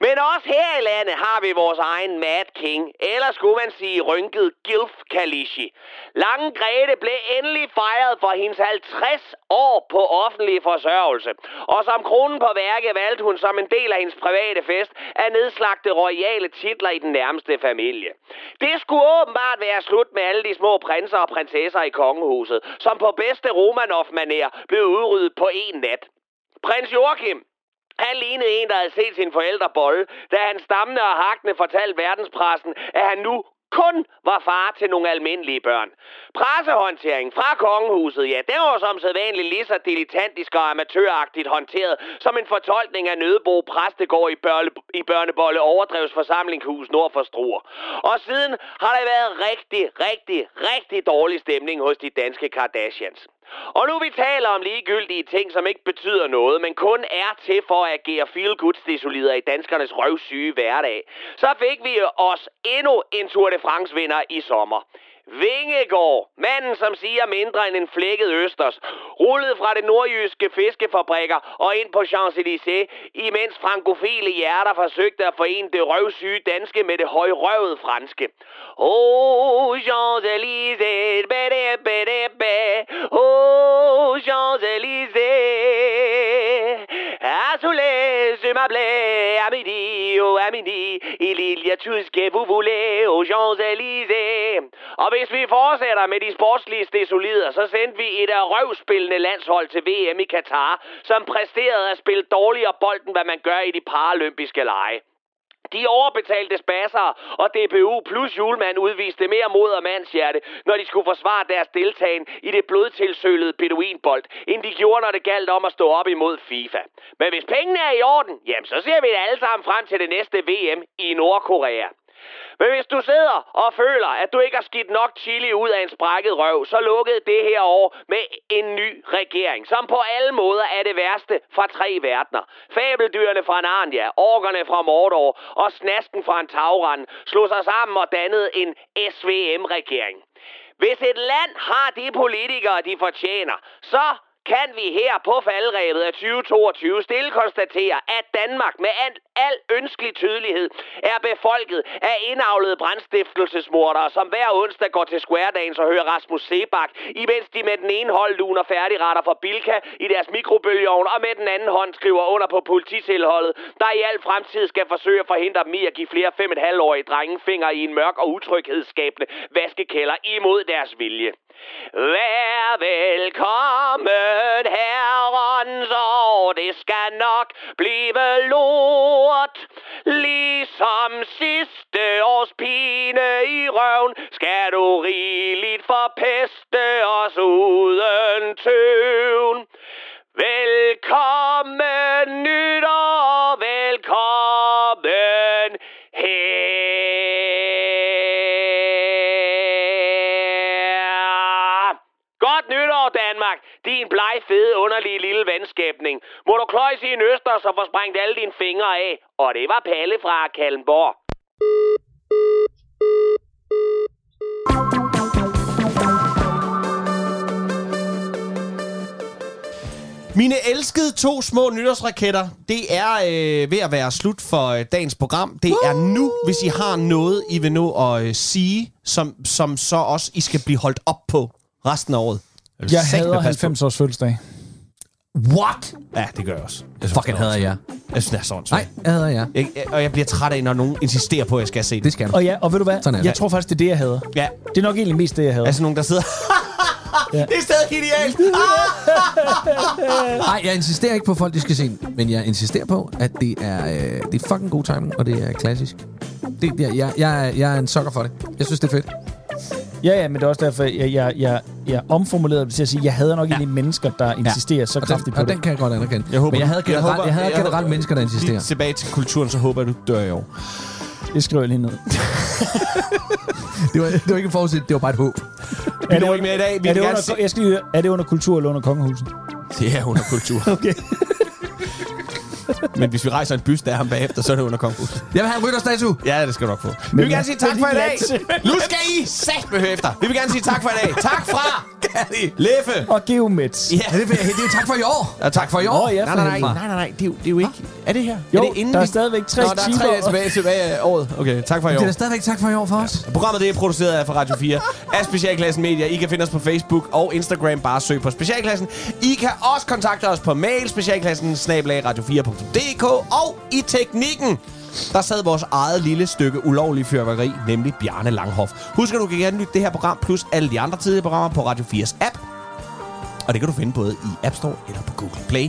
Speaker 7: Men også her i landet har vi vores egen Mad King, eller skulle man sige rynket Gilf Kalishi. Lange Grete blev endelig fejret for hendes 50 år på offentlig forsørgelse. Og som kronen på værket valgte hun som en del af hendes private fest at nedslagte royale titler i den nærmeste familie. Det skulle åbenbart være slut med alle de små prinser og prinsesser i kongehuset, som på bedste Romanov-manér blev udryddet på en nat. Prins Joachim, han lignede en, der havde set sine forældre bolle, da han stammende og hakne fortalte verdenspressen, at han nu kun var far til nogle almindelige børn. Pressehåndtering fra kongehuset, ja, det var som sædvanligt lige så dilettantisk og amatøragtigt håndteret, som en fortolkning af Nødebo Præstegård i, børle, i Børnebolle Overdrevsforsamlingshus nord for Struer. Og siden har der været rigtig, rigtig, rigtig dårlig stemning hos de danske Kardashians. Og nu vi taler om ligegyldige ting, som ikke betyder noget, men kun er til for at agere feel good i danskernes røvsyge hverdag, så fik vi os endnu en Tour de France-vinder i sommer. Vingegaard, manden som siger mindre end en flækket østers, rullede fra det nordjyske fiskefabrikker og ind på Champs-Élysées, imens frankofile hjerter forsøgte at forene det røvsyge danske med det højrøvede franske. Oh, Champs-Élysées, bede, bede, bede. Oh, Champs-Élysées. À tous les je m'appelais à midi, oh à midi, il y a tout ce que vous voulez aux Champs-Élysées. Og hvis vi fortsætter med de sportslige stesolider, så sendte vi et af røvspillende landshold til VM i Katar, som præsterede at spille dårligere bolden, hvad man gør i de paralympiske lege. De overbetalte spasser og DBU plus julemand udviste mere mod og mandshjerte, når de skulle forsvare deres deltagen i det blodtilsølede beduinbold, end de gjorde, når det galt om at stå op imod FIFA. Men hvis pengene er i orden, jamen så ser vi det alle sammen frem til det næste VM i Nordkorea. Men hvis du sidder og føler, at du ikke har skidt nok chili ud af en sprækket røv, så lukkede det her år med en ny regering, som på alle måder er det værste fra tre verdener. Fabeldyrene fra Narnia, orkerne fra Mordor og snasken fra en tagrand slog sig sammen og dannede en SVM-regering. Hvis et land har de politikere, de fortjener, så kan vi her på faldrebet af 2022 stille konstatere, at Danmark med al, al ønskelig tydelighed er befolket af indavlede brandstiftelsesmordere, som hver onsdag går til Squaredagens og hører Rasmus Sebak, imens de med den ene hånd luner færdigretter fra Bilka i deres mikrobølgeovn, og med den anden hånd skriver under på polititilholdet, der i al fremtid skal forsøge at forhindre dem i at give flere 5,5-årige drenge fingre i en mørk og utryghedsskabende vaskekælder imod deres vilje. Vær velkommen, herrens år, det skal nok blive lort. Ligesom sidste års pine i røven, skal du rigeligt forpeste os uden tøvn. Velkommen nytår, velkommen her. Godt nytår, Danmark! Din bleg, fede, underlige lille venskabning. Må du kløjse i en øster, så får sprængt alle dine fingre af. Og det var Palle fra Kallenborg.
Speaker 3: Mine elskede to små nytårsraketter, det er øh, ved at være slut for øh, dagens program. Det er nu, hvis I har noget, I vil nå at øh, sige, som, som så også I skal blive holdt op på resten af året. vil
Speaker 4: Jeg
Speaker 3: satme
Speaker 4: hader
Speaker 3: passe på.
Speaker 4: 90 års fødselsdag.
Speaker 3: What? Ja, det gør jeg også. Jeg synes, Fucking hader jeg. Jeg synes, det er sådan Nej,
Speaker 5: jeg hader jeg.
Speaker 3: jeg. Og jeg bliver træt af, når nogen insisterer på, at jeg skal se det. Det
Speaker 5: skal
Speaker 4: Og ja, og ved du hvad?
Speaker 3: Sådan er det.
Speaker 4: jeg tror faktisk, det er det, jeg hader.
Speaker 3: Ja.
Speaker 4: Det er nok egentlig mest det, jeg hader.
Speaker 3: Altså nogen, der sidder...
Speaker 4: ja.
Speaker 3: Det er stadig genialt.
Speaker 5: Nej, jeg insisterer ikke på, at folk de skal se den, men jeg insisterer på, at det er, øh, det er fucking god timing, og det er klassisk. Det, det er, jeg, jeg, er- jeg er en sokker for det. Jeg synes, det er fedt.
Speaker 4: Ja, ja, men det er også derfor, jeg, jeg, jeg, jeg omformulerede det til at sige, jeg hader nok egentlig mennesker, der insisterer så
Speaker 5: Og
Speaker 4: kraftigt
Speaker 5: den,
Speaker 4: på
Speaker 5: og
Speaker 4: det.
Speaker 5: den kan jeg godt anerkende. men jeg havde generelt, jeg håber, jeg havde generelt mennesker, der insisterer.
Speaker 3: Lige tilbage til kulturen, så håber jeg, du dør i år.
Speaker 4: Det skriver jeg lige ned.
Speaker 5: det, var, det var ikke en forudsigt, det var bare et håb.
Speaker 3: Vi når ikke mere i dag. Vi
Speaker 4: er,
Speaker 3: vil
Speaker 4: det
Speaker 3: gerne
Speaker 4: under,
Speaker 3: se-
Speaker 4: jeg skal lige høre, er det under kultur eller under kongehuset?
Speaker 3: Det er under kultur.
Speaker 4: okay.
Speaker 3: Men hvis vi rejser en byst af ham bagefter, så er det under konkurs.
Speaker 5: Jeg vil have en rytterstatue.
Speaker 3: Ja, det skal du nok få. Vi vil gerne sige tak for i dag. Nu skal I satme høre efter. Vi vil gerne sige tak for i dag. Tak fra Leffe!
Speaker 4: Og Geomets.
Speaker 3: Ja.
Speaker 5: Ja, det, vil jeg, det er jo tak for i år.
Speaker 3: Ja, tak for i år.
Speaker 5: Nå, ja,
Speaker 3: nej,
Speaker 5: for
Speaker 3: nej, nej,
Speaker 5: helvede.
Speaker 3: nej, nej, nej, det er jo, det er jo ikke... Er det her?
Speaker 5: Jo,
Speaker 3: er det inden
Speaker 5: der er
Speaker 3: vi-
Speaker 5: stadigvæk tre
Speaker 3: Nå, der er
Speaker 5: timer.
Speaker 3: tre dage tilbage, tilbage af året. Okay, tak for i
Speaker 5: Det
Speaker 3: år.
Speaker 5: er da stadigvæk tak for i år for os.
Speaker 3: Programmet det er produceret af for Radio 4 af Specialklassen Media. I kan finde os på Facebook og Instagram. Bare søg på Specialklassen. I kan også kontakte os på mail specialklassen radio 4dk og i teknikken der sad vores eget lille stykke ulovlig fyrværkeri, nemlig Bjarne Langhoff. Husk, at du kan gerne lytte det her program, plus alle de andre tidligere programmer på Radio 4's app. Og det kan du finde både i App Store eller på Google Play.